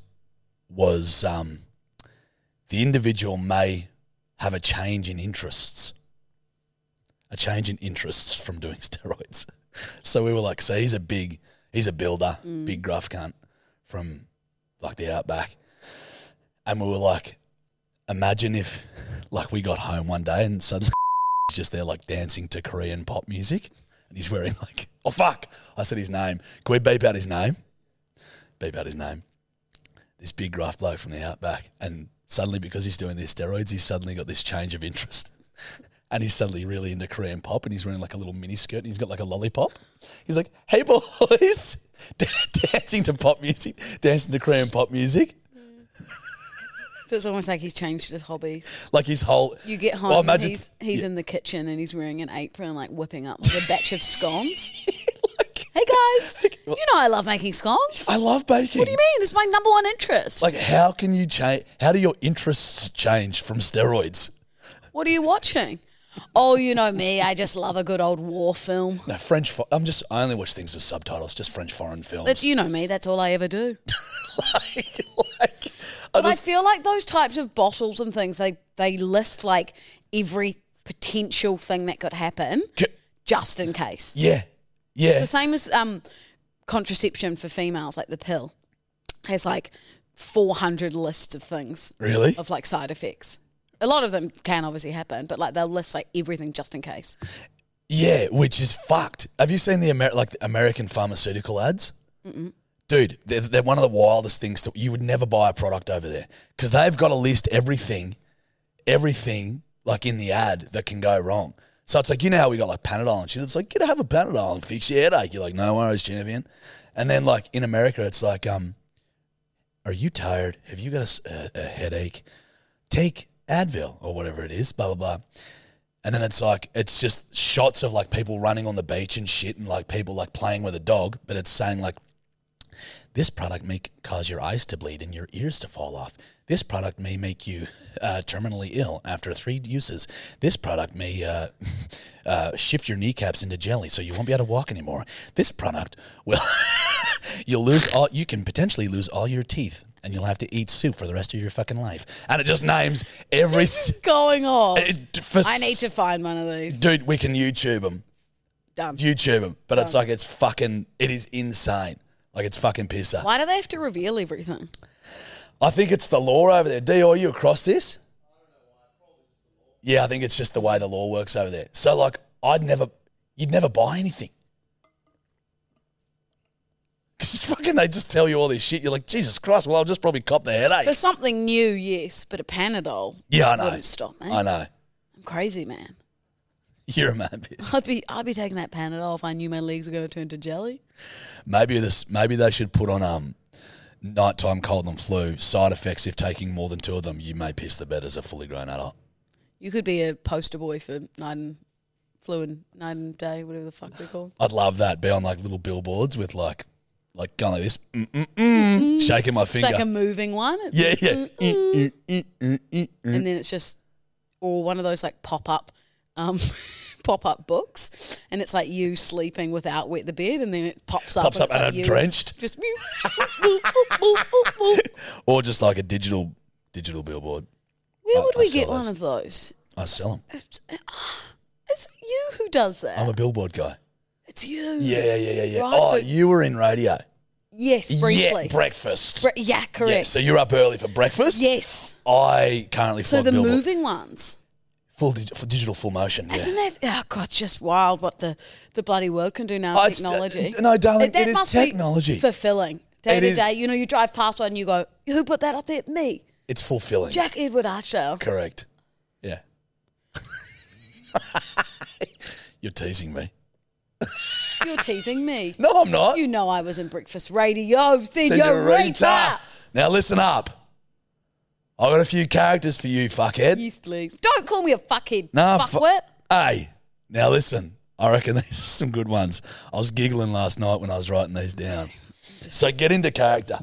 Speaker 2: was um, the individual may have a change in interests, a change in interests from doing steroids. So we were like, so he's a big, he's a builder,
Speaker 10: Mm.
Speaker 2: big gruff cunt from like the outback. And we were like, imagine if like we got home one day and suddenly he's just there like dancing to Korean pop music and he's wearing like, oh fuck, I said his name. Can we beep out his name? beep out his name. This big gruff bloke from the outback, and suddenly because he's doing these steroids, he's suddenly got this change of interest, and he's suddenly really into Korean pop, and he's wearing like a little mini skirt, and he's got like a lollipop. He's like, "Hey boys, dancing to pop music, dancing to Korean pop music."
Speaker 1: So it's almost like he's changed his hobbies.
Speaker 2: Like his whole
Speaker 1: You get home,
Speaker 2: Well,
Speaker 1: and
Speaker 2: imagine-
Speaker 1: he's, he's
Speaker 2: yeah.
Speaker 1: in the kitchen and he's wearing an apron, like whipping up like a batch of scones. hey guys, you know I love making scones.
Speaker 2: I love baking.
Speaker 1: What do you mean? This is my number one interest.
Speaker 2: Like, how can you change? How do your interests change from steroids?
Speaker 1: what are you watching? Oh, you know me. I just love a good old war film.
Speaker 2: No, French. Fo- I'm just. I only watch things with subtitles. Just French foreign films.
Speaker 1: That's you know me. That's all I ever do. But I feel like those types of bottles and things they they list like every potential thing that could happen, just in case.
Speaker 2: yeah, yeah.
Speaker 1: It's the same as um, contraception for females, like the pill has like 400 lists of things.
Speaker 2: Really?
Speaker 1: Of like side effects. A lot of them can obviously happen, but like they'll list like everything just in case.
Speaker 2: Yeah, which is fucked. Have you seen the Amer- like the American pharmaceutical ads?
Speaker 1: Mm-mm.
Speaker 2: Dude, they're, they're one of the wildest things that you would never buy a product over there because they've got to list everything, everything like in the ad that can go wrong. So it's like, you know how we got like Panadol and shit? It's like, get to have a Panadol and fix your headache. You're like, no worries, champion. And then like in America, it's like, um, are you tired? Have you got a s- a, a headache? Take Advil or whatever it is, blah, blah, blah. And then it's like, it's just shots of like people running on the beach and shit and like people like playing with a dog, but it's saying like, this product may cause your eyes to bleed and your ears to fall off. This product may make you uh, terminally ill after three uses. This product may uh, uh, shift your kneecaps into jelly so you won't be able to walk anymore. This product will. You'll lose all. You can potentially lose all your teeth, and you'll have to eat soup for the rest of your fucking life. And it just names every. s-
Speaker 1: Going on.
Speaker 2: for
Speaker 1: I need to find one of these.
Speaker 2: Dude, we can YouTube them.
Speaker 1: Done.
Speaker 2: YouTube them, but it's
Speaker 1: Done.
Speaker 2: like it's fucking. It is insane. Like it's fucking pisser.
Speaker 1: Why do they have to reveal everything?
Speaker 2: I think it's the law over there. D, are you across this? Yeah, I think it's just the way the law works over there. So like, I'd never, you'd never buy anything. Because fucking they just tell you all this shit. You're like, Jesus Christ, well, I'll just probably cop the headache.
Speaker 1: For something new, yes, but a Panadol.
Speaker 2: yeah, I know.
Speaker 1: Wouldn't stop me.
Speaker 2: I know.
Speaker 1: I'm crazy, man.
Speaker 2: You're a man, bitch.
Speaker 1: I'd be I'd be taking that Panadol if I knew my legs were going to turn to jelly.
Speaker 2: Maybe this. Maybe they should put on um, nighttime cold and flu side effects. If taking more than two of them, you may piss the bed as a fully grown adult.
Speaker 1: You could be a poster boy for night and flu and night and day, whatever the fuck they're called.
Speaker 2: I'd love that. Be on like little billboards with like, like going like this, mm, mm, mm, shaking my
Speaker 1: It's
Speaker 2: finger.
Speaker 1: like a moving one. It's-
Speaker 2: yeah, yeah. Mm, mm, mm, mm, mm.
Speaker 1: And then it's just or one of those like pop up um pop up books and it's like you sleeping without wet the bed and then it pops up.
Speaker 2: Pops up
Speaker 1: it's
Speaker 2: and
Speaker 1: like
Speaker 2: I'm
Speaker 1: you
Speaker 2: drenched.
Speaker 1: Just boop, boop, boop, boop, boop.
Speaker 2: or just like a digital, digital billboard.
Speaker 1: Where
Speaker 2: I-
Speaker 1: would
Speaker 2: I
Speaker 1: we
Speaker 2: sell
Speaker 1: get one
Speaker 2: those.
Speaker 1: of those?
Speaker 2: I sell them.
Speaker 1: It's, it's you who does that.
Speaker 2: I'm a billboard guy.
Speaker 1: it's you.
Speaker 2: Yeah, yeah, yeah, yeah. yeah.
Speaker 1: Mm. Right,
Speaker 2: oh,
Speaker 1: so-
Speaker 2: you were in radio.
Speaker 1: Yes, briefly.
Speaker 2: Yeah, breakfast.
Speaker 1: Bre- yeah, correct.
Speaker 2: Yeah, so you're up early for breakfast.
Speaker 1: Yes.
Speaker 2: I currently fly
Speaker 1: So the
Speaker 2: billboard.
Speaker 1: moving ones.
Speaker 2: full dig- for digital full motion. Yeah.
Speaker 1: Isn't that oh god, it's just wild what the, the bloody world can do now
Speaker 2: Oh,
Speaker 1: with
Speaker 2: it's-
Speaker 1: technology.
Speaker 2: d- no, darling,
Speaker 1: that
Speaker 2: it is
Speaker 1: must
Speaker 2: technology.
Speaker 1: Be fulfilling. Day
Speaker 2: It
Speaker 1: to
Speaker 2: is.
Speaker 1: day. You know, you drive past one and you go, Who put that up there? Me.
Speaker 2: It's fulfilling.
Speaker 1: Jack Edward Archdale.
Speaker 2: Correct. Yeah. You're teasing me.
Speaker 1: You're teasing me.
Speaker 2: No, I'm not.
Speaker 1: You know I was in breakfast radio,
Speaker 2: Senorita.
Speaker 1: senorita.
Speaker 2: Now listen up. I've got a few characters for you, fuckhead.
Speaker 1: Yes, please. Don't call me a fuckhead.
Speaker 2: Nah, fu-
Speaker 1: fuckwit.
Speaker 2: Hey, now listen. I reckon these are some good ones. I was giggling last night when I was writing these down. So get into character.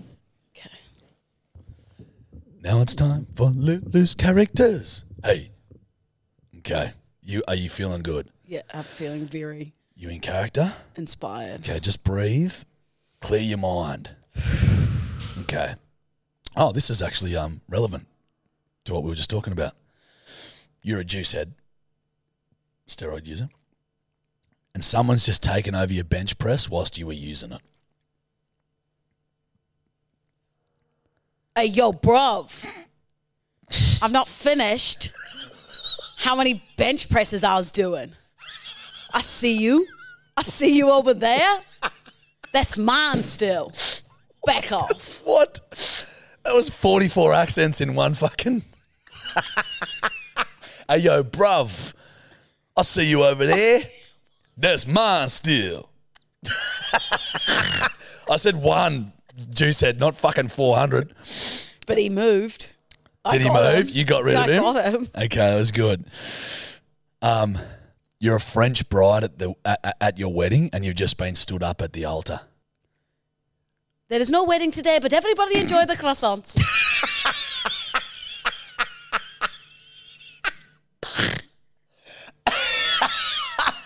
Speaker 2: Now it's time for Lou- Lou's characters. Hey. Okay. You are you feeling good?
Speaker 1: yeah, I'm feeling very
Speaker 2: You in character?
Speaker 1: inspired.
Speaker 2: Okay, just breathe. Clear your mind. Okay. Oh, this is actually um, relevant to what we were just talking about. You're a juice head, steroid user, and someone's just taken over your bench press whilst you were using it.
Speaker 1: Hey, yo, bruv. I'm not finished. How many bench presses I was doing? I see you. I see you over there. That's mine still. Back off.
Speaker 2: What? That was 44 accents in one fucking. hey, yo, bruv. I see you over there. That's mine still. I said one juice head, not fucking 400.
Speaker 1: But he moved. I
Speaker 2: Did he
Speaker 1: got
Speaker 2: move? You got rid
Speaker 1: Yeah,
Speaker 2: of him?
Speaker 1: I got him.
Speaker 2: Okay, that was good. Um, you're a French bride at the at, at your wedding, and you've just been stood up at the altar.
Speaker 1: There is no wedding today, but everybody enjoy the croissants.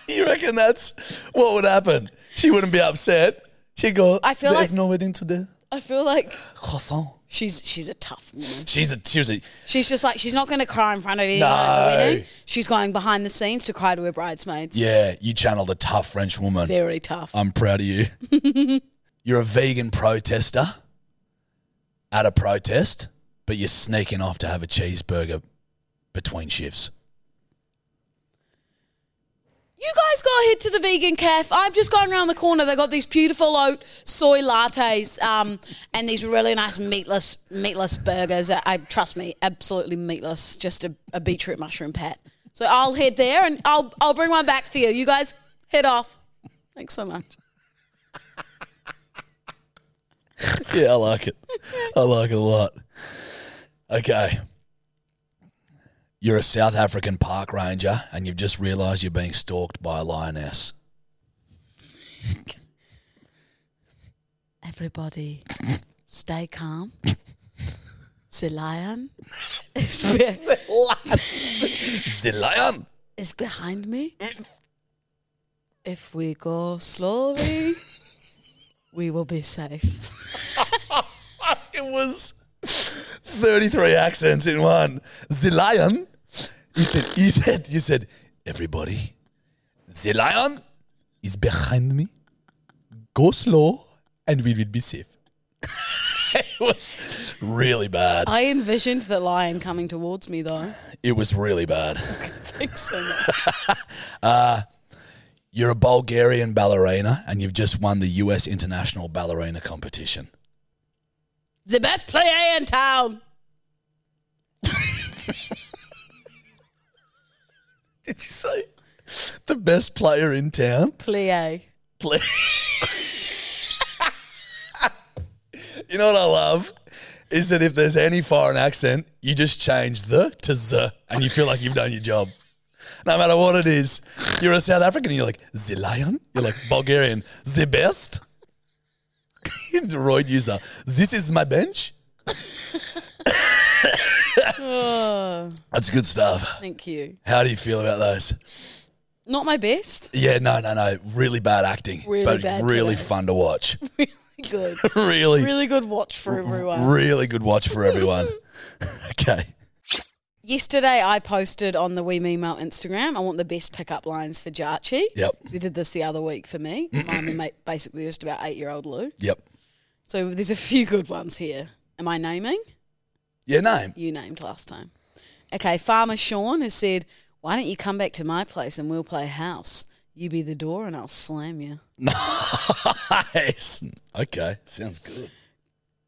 Speaker 2: You reckon that's what would happen? She wouldn't be upset. She'd go.
Speaker 1: I feel
Speaker 2: There's
Speaker 1: like-
Speaker 2: no wedding today.
Speaker 1: I feel like
Speaker 2: Croissant.
Speaker 1: she's she's a tough woman.
Speaker 2: She's a she was a
Speaker 1: She's just like she's not going to cry in front of anyone at the
Speaker 2: No.
Speaker 1: wedding. She's going behind the scenes to cry to her bridesmaids.
Speaker 2: yeah. You channeled a tough French woman.
Speaker 1: Very tough.
Speaker 2: I'm proud of you. You're a vegan protester at a protest, but you're sneaking off to have a cheeseburger between shifts.
Speaker 1: You guys got hit to the vegan cafe. I've just gone around the corner. They got these beautiful oat soy lattes um, and these really nice meatless meatless burgers. I, I trust me, absolutely meatless. Just a, a beetroot mushroom pat. So I'll head there and I'll I'll bring one back for you. You guys head off. Thanks so much.
Speaker 2: yeah, I like it. I like it a lot. Okay. You're a South African park ranger and you've just realized you're being stalked by a lioness.
Speaker 1: Everybody, stay calm. The lion is, be-
Speaker 2: The lion.
Speaker 1: is behind me. If we go slowly, we will be safe.
Speaker 2: it was 33 accents in one. The lion. He said, he said, you said, everybody, the lion is behind me. Go slow and we will be safe. it was really bad.
Speaker 1: I envisioned the lion coming towards me though.
Speaker 2: It was really bad.
Speaker 1: Thanks so much.
Speaker 2: Uh, you're a Bulgarian ballerina and you've just won the US International Ballerina Competition.
Speaker 1: the best player in town.
Speaker 2: Did you say the best player in town?
Speaker 1: Plie.
Speaker 2: Play. you know what I love? Is that if there's any foreign accent, you just change the to the and you feel like you've done your job. No matter what it is, you're a South African and you're like, the lion? You're like, Bulgarian, the best? Royd user, this is my bench?
Speaker 1: Oh,
Speaker 2: That's good stuff.
Speaker 1: thank you.
Speaker 2: How do you feel about those?
Speaker 1: Not my best.
Speaker 2: Yeah, no, no, no. Really bad acting,
Speaker 1: Really
Speaker 2: but
Speaker 1: bad
Speaker 2: really
Speaker 1: today.
Speaker 2: fun to watch.
Speaker 1: Good.
Speaker 2: Really.
Speaker 1: Really good watch for everyone.
Speaker 2: Really good watch for everyone. okay.
Speaker 1: Yesterday, I posted on the We Me Mail Instagram. I want the best pickup lines for Jarchi.
Speaker 2: Yep.
Speaker 1: We did this the other week for me. Mine and mate, basically just about eight year old Lou.
Speaker 2: Yep.
Speaker 1: So there's a few good ones here. Am I naming?
Speaker 2: Your name.
Speaker 1: You named last time. Okay, Farmer Sean has said, Why don't you come back to my place and we'll play house? You be the door and I'll slam you.
Speaker 2: Nice. Okay. Sounds good.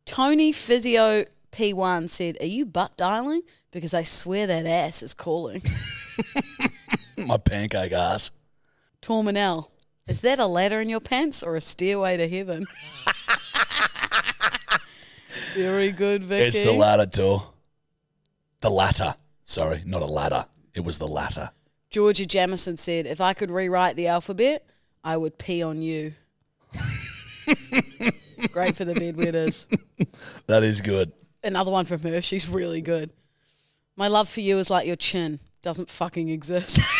Speaker 1: Tony Physio P1 said, Are you butt dialing? Because I swear that ass is calling.
Speaker 2: My pancake ass.
Speaker 1: Torminel, is that a ladder in your pants or a stairway to heaven? Very good, Vicky.
Speaker 2: It's the latter tool. The latter. Sorry, not a ladder. It was the latter.
Speaker 1: Georgia Jamison said, If I could rewrite the alphabet, I would pee on you. Great for the bedwetters.
Speaker 2: That is good.
Speaker 1: Another one from her. She's really good. My love for you is like your chin. Doesn't fucking exist.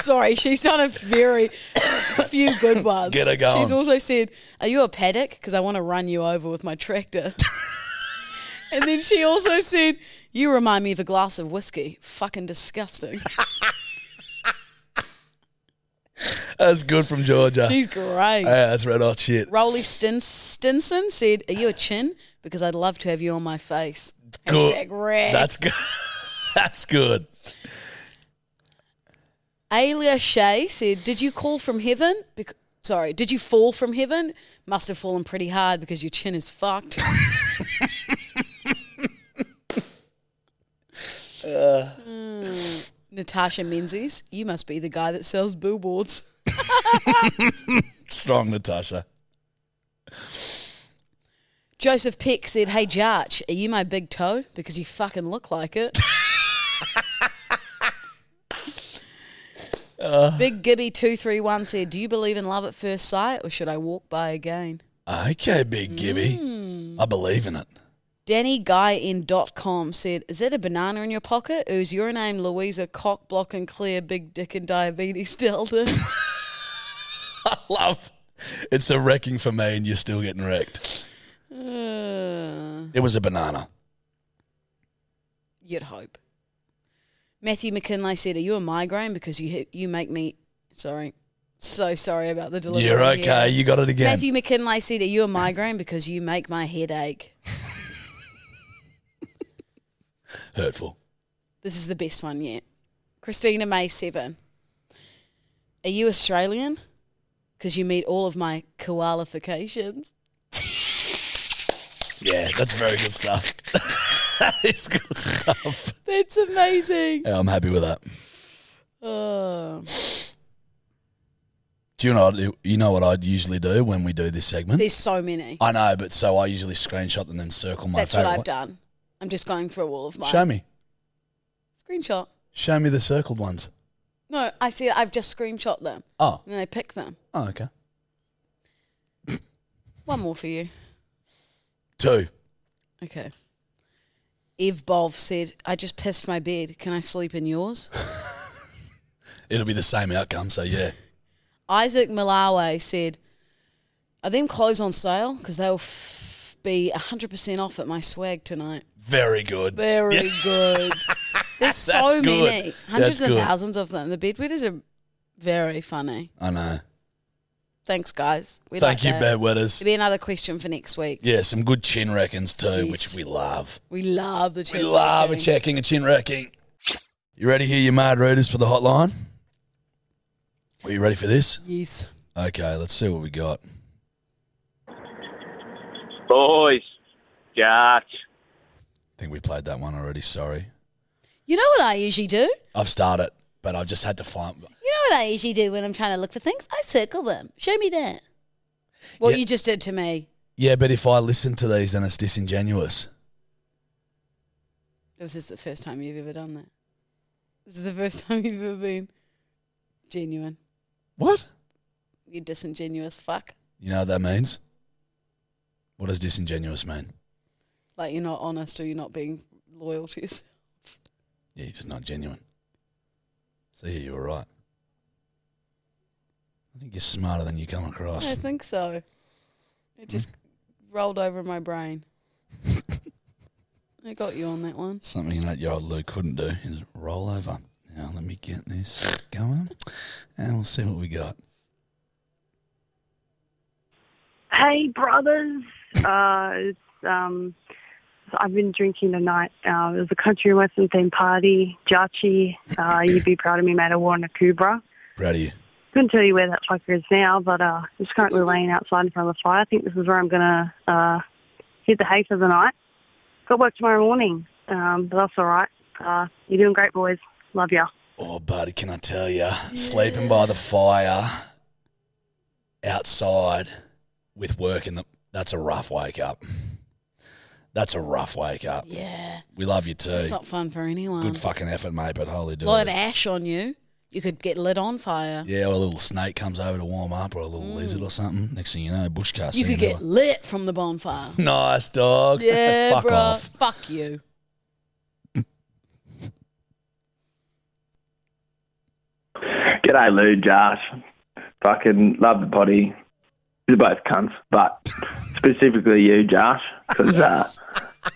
Speaker 1: Sorry, she's done a very few good ones.
Speaker 2: Get her going.
Speaker 1: She's also said, Are you a paddock? Because I want to run you over with my tractor. and then she also said, You remind me of a glass of whiskey. Fucking disgusting.
Speaker 2: That's good from Georgia.
Speaker 1: She's great.
Speaker 2: Yeah, that's red hot shit.
Speaker 1: Rolly Stin- Stinson said, Are you a chin? Because I'd love to have you on my face.
Speaker 2: Good.
Speaker 1: Hashtag red.
Speaker 2: That's good. that's good.
Speaker 1: Alia Shea said, "Did you call from heaven? Bec- Sorry, did you fall from heaven? Must have fallen pretty hard because your chin is fucked." Hmm. Natasha Menzies, you must be the guy that sells billboards.
Speaker 2: Strong Natasha.
Speaker 1: Joseph Peck said, "Hey Jarch, are you my big toe? Because you fucking look like it." Big Gibby two three one said, "Do you believe in love at first sight, or should I walk by again?"
Speaker 2: Okay, Big Gibby.
Speaker 1: Mm.
Speaker 2: I believe in it.
Speaker 1: DannyGuyIn.com said, Is that a banana in your pocket? Or is your name Louisa Cock, Block and Clear, Big Dick and Diabetes Delta?
Speaker 2: I love. It's a wrecking for me, and you're still getting wrecked.
Speaker 1: Uh,
Speaker 2: It was a banana.
Speaker 1: you'd hope. Matthew McKinley said, Are you a migraine? Because you you make me. Sorry. So sorry about the delivery.
Speaker 2: You're okay.
Speaker 1: here.
Speaker 2: You got it again.
Speaker 1: Matthew McKinley said, Are you a migraine? Because you make my head ache.
Speaker 2: Hurtful.
Speaker 1: This is the best one yet. Christina May seven. Are you Australian? Because you meet all of my qualifications.
Speaker 2: Yeah, that's very good stuff. that is good stuff.
Speaker 1: That's amazing.
Speaker 2: Yeah, I'm happy with that.
Speaker 1: Um,
Speaker 2: Do you know? what I do- You know what I'd usually do when we do this segment.
Speaker 1: there's so many.
Speaker 2: I know, but so I usually screenshot and then circle Oh, my
Speaker 1: That's what
Speaker 2: favorite.
Speaker 1: I've done. I'm just going through all of my
Speaker 2: Show me.
Speaker 1: screenshot.
Speaker 2: Show me the circled ones.
Speaker 1: No, I see. I've just screenshot them.
Speaker 2: Oh.
Speaker 1: And then I pick them.
Speaker 2: Oh, okay.
Speaker 1: One more for you.
Speaker 2: Two.
Speaker 1: Okay. Ev Bov said, I just pissed my bed. Can I sleep in yours?
Speaker 2: It'll be the same outcome. So yeah.
Speaker 1: Isaac Malawe said, Are them clothes on sale? Because they'll f- be 100% off at my swag tonight.
Speaker 2: Very good.
Speaker 1: Very good. There's
Speaker 2: That's
Speaker 1: so
Speaker 2: good.
Speaker 1: many. Hundreds
Speaker 2: That's
Speaker 1: and
Speaker 2: good.
Speaker 1: thousands of them. The bedwetters are very funny.
Speaker 2: I know.
Speaker 1: Thanks, guys. We like
Speaker 2: Thank you,
Speaker 1: that.
Speaker 2: bedwetters.
Speaker 1: There'll be another question for next week.
Speaker 2: Yeah, some good chin reckons too,
Speaker 1: Yes.
Speaker 2: which we love.
Speaker 1: We love the
Speaker 2: We love a checking, a chin wrecking. You ready here, you mad readers, for the hotline? Are you ready for this?
Speaker 1: Yes.
Speaker 2: Okay, let's see what we got.
Speaker 10: Boys, Gotch.
Speaker 2: I think we played that one already. Sorry.
Speaker 1: You know what I usually do?
Speaker 2: I've started, but I've just had to find.
Speaker 1: You know what I usually do when I'm trying to look for things? I circle them. Show me that. What
Speaker 2: Yeah.
Speaker 1: you just did to me.
Speaker 2: Yeah, but if I listen to these, then it's disingenuous.
Speaker 1: This is the first time you've ever done that. This is the first time you've ever been genuine.
Speaker 2: What?
Speaker 1: You disingenuous fuck.
Speaker 2: You know what that means? What does disingenuous mean?
Speaker 1: Like you're not honest or you're not being loyal to yourself.
Speaker 2: Yeah, you're just not genuine. So yeah, you were right. I think you're smarter than you come across.
Speaker 1: I think so. It just rolled over my brain. I got you on that one.
Speaker 2: Something an eight-year-old Lou couldn't do is roll over. Now let me get this going, and we'll see what we got.
Speaker 11: Hey, brothers. Uh, it's, um, I've been drinking tonight. Uh, it was a country and western theme party. Jachi, uh, you'd be proud of me, mate. I wore a Kubra.
Speaker 2: Proud of you.
Speaker 11: Couldn't tell you where that fucker is now, but uh, I'm just currently laying outside in front of the fire. I think this is where I'm going to uh, hit the hay for the night. Got work tomorrow morning, um, but that's all right. Uh, you're doing great, boys. Love ya.
Speaker 2: Oh, buddy, can I tell you? Sleeping by the fire, outside, with work in the—that's a rough wake up. That's a rough wake up.
Speaker 1: Yeah.
Speaker 2: We love you too.
Speaker 1: It's not fun for anyone.
Speaker 2: Good fucking effort, mate. But holy
Speaker 1: A
Speaker 2: do
Speaker 1: lot of ash on you. You could get lit on fire.
Speaker 2: Yeah, or a little snake comes over to warm up, or a little lizard or something. Next thing you know, bush car.
Speaker 1: Mm. you could get lit from the bonfire.
Speaker 2: nice dog.
Speaker 1: yeah,
Speaker 2: Fuck
Speaker 1: bruh.
Speaker 2: off.
Speaker 1: Fuck you.
Speaker 12: G'day, Lou, Josh. Fucking love the potty. You're both cunts, but specifically you, Josh, because uh,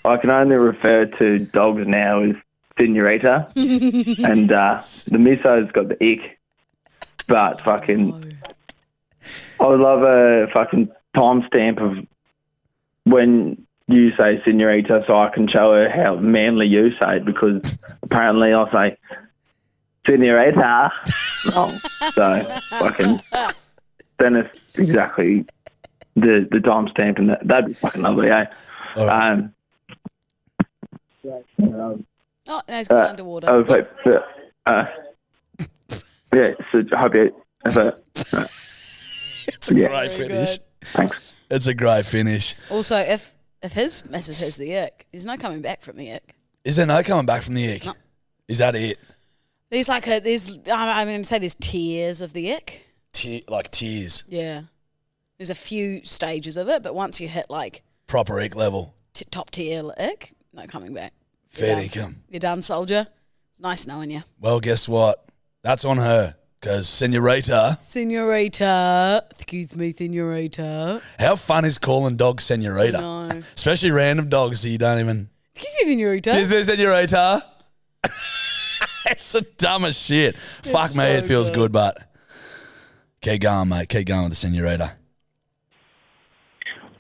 Speaker 12: I can only refer to dogs now as senorita, and uh, the misso's got the ick, but fucking, I would love a fucking timestamp of when you say senorita, so I can show her how manly you say it, because apparently I say senorita. wrong. So fucking then it's exactly the the timestamp and that that'd be fucking lovely, eh? Um,
Speaker 1: Oh, no, he's
Speaker 12: uh,
Speaker 1: gone underwater.
Speaker 12: I hope, uh, yeah, so I hope you have a uh,
Speaker 2: It's a
Speaker 12: Yeah.
Speaker 2: great
Speaker 12: Very
Speaker 2: finish.
Speaker 1: good.
Speaker 12: Thanks.
Speaker 2: It's a great finish.
Speaker 1: Also, if if his missus has the ick, there's no coming back from the ick.
Speaker 2: Is there no coming back from the ick? Is that it?
Speaker 1: There's like a there's I- I'm going to say there's tiers of the ick.
Speaker 2: Te- like tears.
Speaker 1: Yeah, there's a few stages of it, but once you hit like
Speaker 2: Proper ick level.
Speaker 1: t- top tier ick, no coming back. You're
Speaker 2: Fair
Speaker 1: done.
Speaker 2: income.
Speaker 1: You're done, soldier. It's nice knowing you,
Speaker 2: Well, guess what? That's on her. Because Senorita,
Speaker 1: senorita. Excuse me, senorita.
Speaker 2: how fun is calling dogs Senorita?
Speaker 1: No.
Speaker 2: Especially random dogs that you don't even.
Speaker 1: Excuse me, senorita.
Speaker 2: Excuse me, Senorita. it's the dumbest shit. Fuck me,
Speaker 1: so
Speaker 2: it feels
Speaker 1: good.
Speaker 2: good. but keep going, mate. Keep going with the Senorita.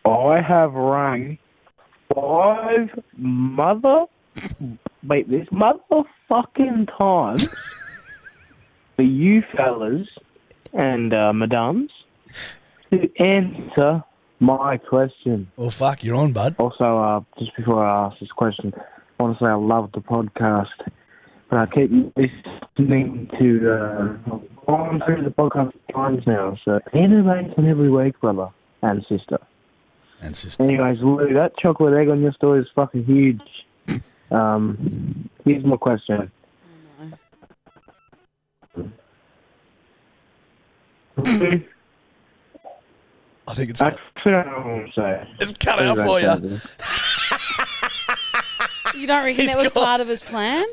Speaker 13: I have rang five mother. Wait, this motherfucking time for you fellas and uh, madams to answer my question.
Speaker 2: Well, fuck, you're on, bud.
Speaker 13: Also, uh, just before I ask this question, honestly, I love the podcast, but I keep listening to. Uh, I've gone through the podcast times now, so anyways and every week, brother and sister.
Speaker 2: And sister.
Speaker 13: Anyways, Lou, that chocolate egg on your store is fucking huge. Um, here's my question.
Speaker 2: I think it's.
Speaker 13: Actually, I don't want to say.
Speaker 2: It's cut out for you.
Speaker 1: You don't reckon
Speaker 2: He's
Speaker 1: that was
Speaker 2: got-
Speaker 1: part of his plan?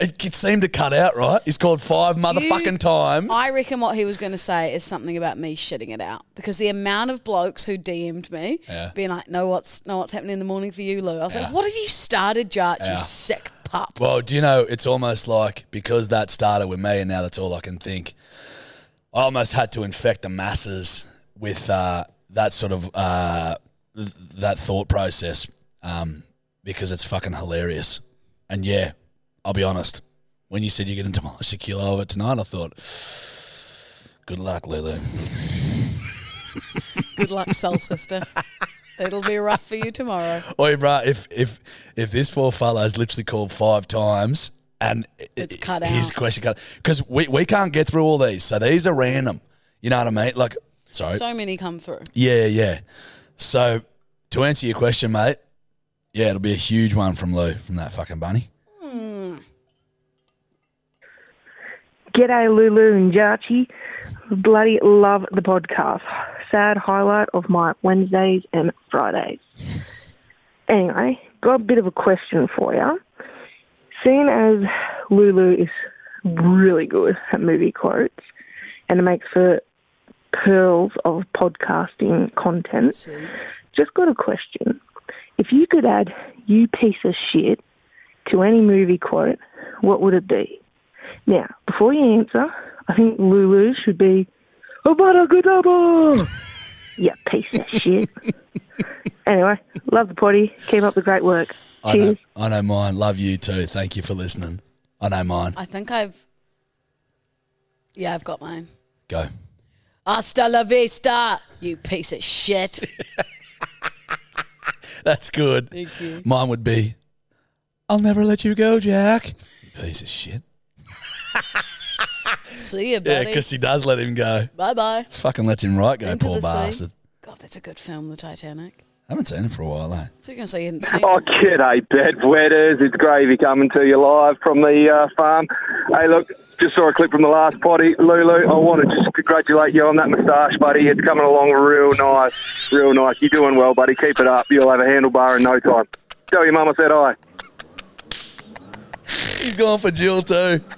Speaker 2: It, it seemed to cut out, right? He's called five motherfucking
Speaker 1: You-
Speaker 2: times.
Speaker 1: I reckon what he was going to say is something about me shitting it out because the amount of blokes who DM'd me
Speaker 2: Yeah.
Speaker 1: being like, "Know what's know what's happening in the morning for you, Lou?" I was like, "What have you started, Jarch?
Speaker 2: Yeah.
Speaker 1: You sick pup."
Speaker 2: Well, do you know, it's almost like because that started with me and now that's all I can think. I almost had to infect the masses with uh, that sort of uh, th- that thought process um, because it's fucking hilarious. And yeah, I'll be honest. When you said you're going to demolish a kilo of it tonight, I thought, good luck, Lulu.
Speaker 1: Good luck, soul sister. It'll be rough for you tomorrow.
Speaker 2: Oi, bruh, if, if, if this poor fella is literally called five times and
Speaker 1: It's cut out.
Speaker 2: His question cut because we, we can't get through all these, so these are random. You know what I mean? Like, sorry,
Speaker 1: So many come through.
Speaker 2: yeah, yeah. So to answer your question, mate, yeah, it'll be a huge one from Lou from that fucking bunny.
Speaker 14: G'day, Lulu and Jarchi. Bloody love the podcast. Sad highlight of my Wednesdays and Fridays. Anyway, got a bit of a question for you. Seeing as Lulu is really good at movie quotes and it makes for pearls of podcasting content, just got a question. If you could add you piece of shit to any movie quote, what would it be? Now, before you answer, I think Lulu should be Abadakadaba. yeah, piece of shit. anyway, love the potty. Keep up the great work.
Speaker 2: I know, I know mine. Love you too. Thank you for listening. I know mine.
Speaker 1: I think I've. Yeah, I've got mine.
Speaker 2: Go.
Speaker 1: Hasta la vista, you piece of shit.
Speaker 2: That's good.
Speaker 1: Thank you.
Speaker 2: Mine would be, I'll never let you go, Jack. Piece of shit.
Speaker 1: See you,
Speaker 2: Yeah,
Speaker 1: buddy.
Speaker 2: because she does let him go.
Speaker 1: bye bye.
Speaker 2: Fucking lets him right go,
Speaker 1: Into
Speaker 2: poor
Speaker 1: the sea.
Speaker 2: bastard.
Speaker 1: God, that's a good film, The Titanic.
Speaker 2: I haven't seen him for a while, eh?
Speaker 1: I thought you were going to say you hadn't seen
Speaker 10: Oh, g'day, bedwetters. It's Gravy coming to you live from the uh, farm. Hey, look, just saw a clip from the last potty. Lulu, I want to just congratulate you on that moustache, buddy. It's coming along real nice, real nice. You're doing well, buddy. Keep it up. You'll have a handlebar in no time. Tell your mum I said hi.
Speaker 2: He's gone for Jill too.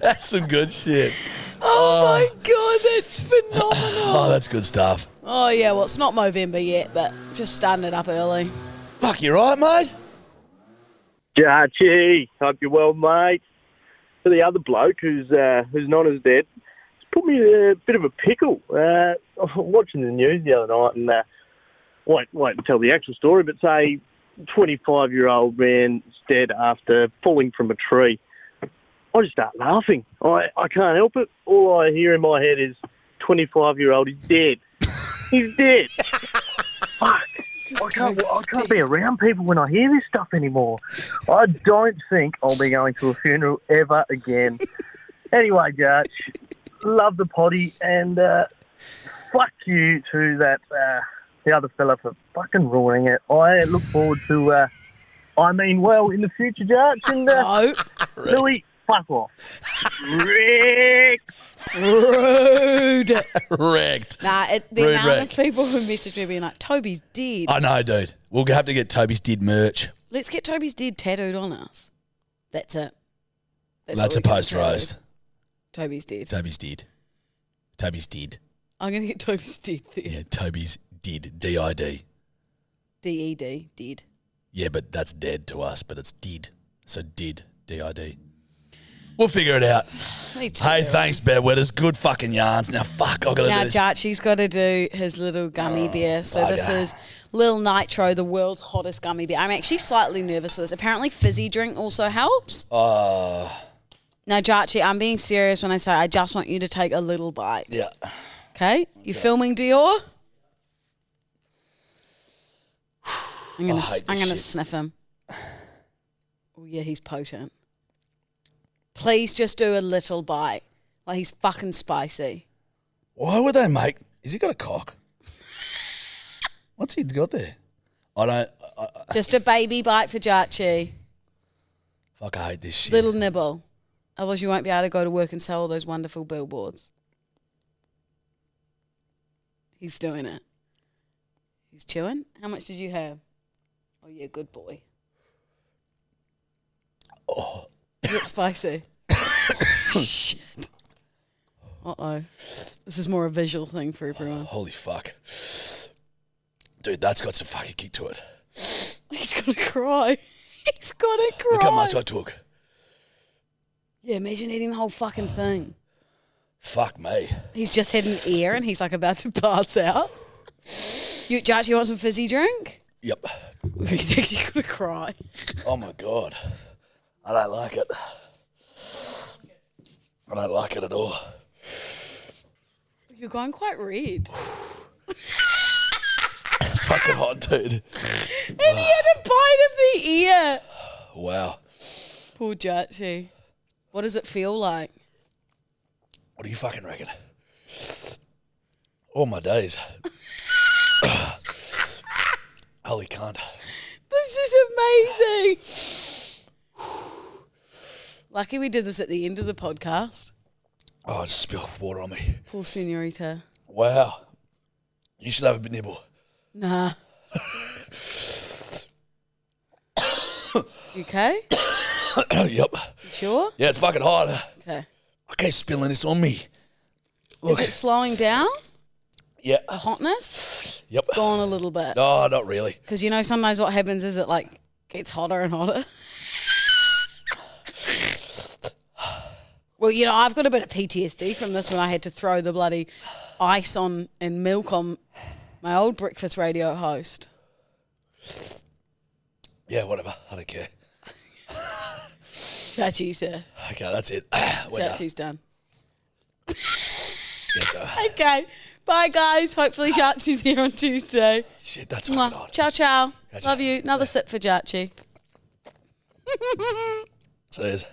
Speaker 2: that's some good shit.
Speaker 1: Oh, my god, that's phenomenal.
Speaker 2: Oh, that's good stuff.
Speaker 1: Oh yeah, well it's not Movember yet, but just starting it up early.
Speaker 2: Fuck, you right, mate?
Speaker 15: Jarchi, hope you're well, mate. For the other bloke who's uh, who's not as dead, it's put me in a bit of a pickle. Uh, watching the news the other night, and uh, won't won't tell the actual story, but say, 25 year old man is dead after falling from a tree. I just start laughing. I, I can't help it. All I hear in my head is 25 year old is dead. He's dead. I can't, I can't be around people when I hear this stuff anymore. I don't think I'll be going to a funeral ever again. anyway, Judge, love the potty and uh, fuck you to that uh, the other fella for fucking ruining it. I look forward to. Uh, I mean, well, in the future, Judge, and uh, Louis, fuck off. Rick,
Speaker 1: rude,
Speaker 2: Wrecked.
Speaker 1: Nah, it, the
Speaker 2: Rude
Speaker 1: amount
Speaker 2: wreck.
Speaker 1: of people who messaged me being like, "Toby's dead."
Speaker 2: I know, dude. We'll have to get Toby's did merch.
Speaker 1: Let's get Toby's dead tattooed on us. That's it.
Speaker 2: That's,
Speaker 1: what
Speaker 2: a
Speaker 1: we can
Speaker 2: post
Speaker 1: do.
Speaker 2: roast.
Speaker 1: Toby's dead.
Speaker 2: Toby's did. Toby's did.
Speaker 1: I'm gonna get Toby's dead.
Speaker 2: Yeah, Toby's did. D I D.
Speaker 1: D E D dead.
Speaker 2: Yeah, but that's dead to us, but it's did. So did. D I D. We'll figure it out.
Speaker 1: Me too.
Speaker 2: Hey, thanks, bedwetters. Good fucking yarns. Now, fuck, I gotta
Speaker 1: Now
Speaker 2: do this. Oh,
Speaker 1: Jarchi's got to do his little gummy bear. So this
Speaker 2: bugger.
Speaker 1: is Lil Nitro, the world's hottest gummy bear. I'm actually slightly nervous for this. Apparently, fizzy drink also helps.
Speaker 2: Uh,
Speaker 1: Now, Jarchi, I'm being serious when I say I just want you to take a little bite.
Speaker 2: yeah.
Speaker 1: Okay, you filming Dior? I'm gonna,
Speaker 2: I hate
Speaker 1: I'm
Speaker 2: this
Speaker 1: gonna
Speaker 2: shit.
Speaker 1: sniff him. Oh yeah, he's potent. Please just do a little bite. Like he's fucking spicy.
Speaker 2: Why would they make? Has he got a cock? What's he got there? I don't. I, I,
Speaker 1: Just a baby bite for Jarchi.
Speaker 2: fuck, I hate this shit.
Speaker 1: Little nibble. Otherwise, you won't be able to go to work and sell all those wonderful billboards. He's doing it. He's chewing. How much did you have? Oh, yeah, good boy. Oh. It's spicy. Shit. Uh oh. This is more a visual thing for everyone.
Speaker 2: Holy fuck, dude, that's got some fucking kick to it.
Speaker 1: He's gonna cry. He's gonna cry.
Speaker 2: Look how much I took.
Speaker 1: Yeah, imagine eating the whole fucking thing.
Speaker 2: Fuck me.
Speaker 1: He's just had an ear and he's like about to pass out. You, Josh, you want some fizzy drink?
Speaker 2: Yep.
Speaker 1: He's actually gonna cry.
Speaker 2: Oh my god, I don't like it. I don't like it at all.
Speaker 1: You're going quite red.
Speaker 2: It's fucking hot, dude.
Speaker 1: and he had a bite of the ear.
Speaker 2: Wow.
Speaker 1: Poor Jarchi. What does it feel like?
Speaker 2: What do you fucking reckon? All my days. Holy cunt.
Speaker 1: This is amazing. Lucky we did this at the end of the podcast.
Speaker 2: Oh, I just spilled water on me.
Speaker 1: Poor Senorita.
Speaker 2: Wow. You should have a nibble.
Speaker 1: Nah. you okay?
Speaker 2: yep.
Speaker 1: You sure?
Speaker 2: Yeah, it's fucking hot.
Speaker 1: Okay.
Speaker 2: I keep spilling this on me.
Speaker 1: Is it slowing down?
Speaker 2: Yeah.
Speaker 1: The hotness?
Speaker 2: Yep.
Speaker 1: It's gone a little bit.
Speaker 2: No, not really.
Speaker 1: Because you know, sometimes what happens is it like gets hotter and hotter. well, you know, I've got a bit of PTSD from this when I had to throw the bloody ice on and milk on my old breakfast radio host.
Speaker 2: Yeah, whatever. I don't care.
Speaker 1: Chachi's there.
Speaker 2: Okay, that's it. We're done.
Speaker 1: Chachi's done.
Speaker 2: Yeah, uh. it's over.
Speaker 1: Okay. Bye, guys. Hopefully, Chachi's here on Tuesday.
Speaker 2: Shit, that's
Speaker 1: Mwah. Ciao, ciao. Love you. Another sip for Chachi.
Speaker 2: Cheers.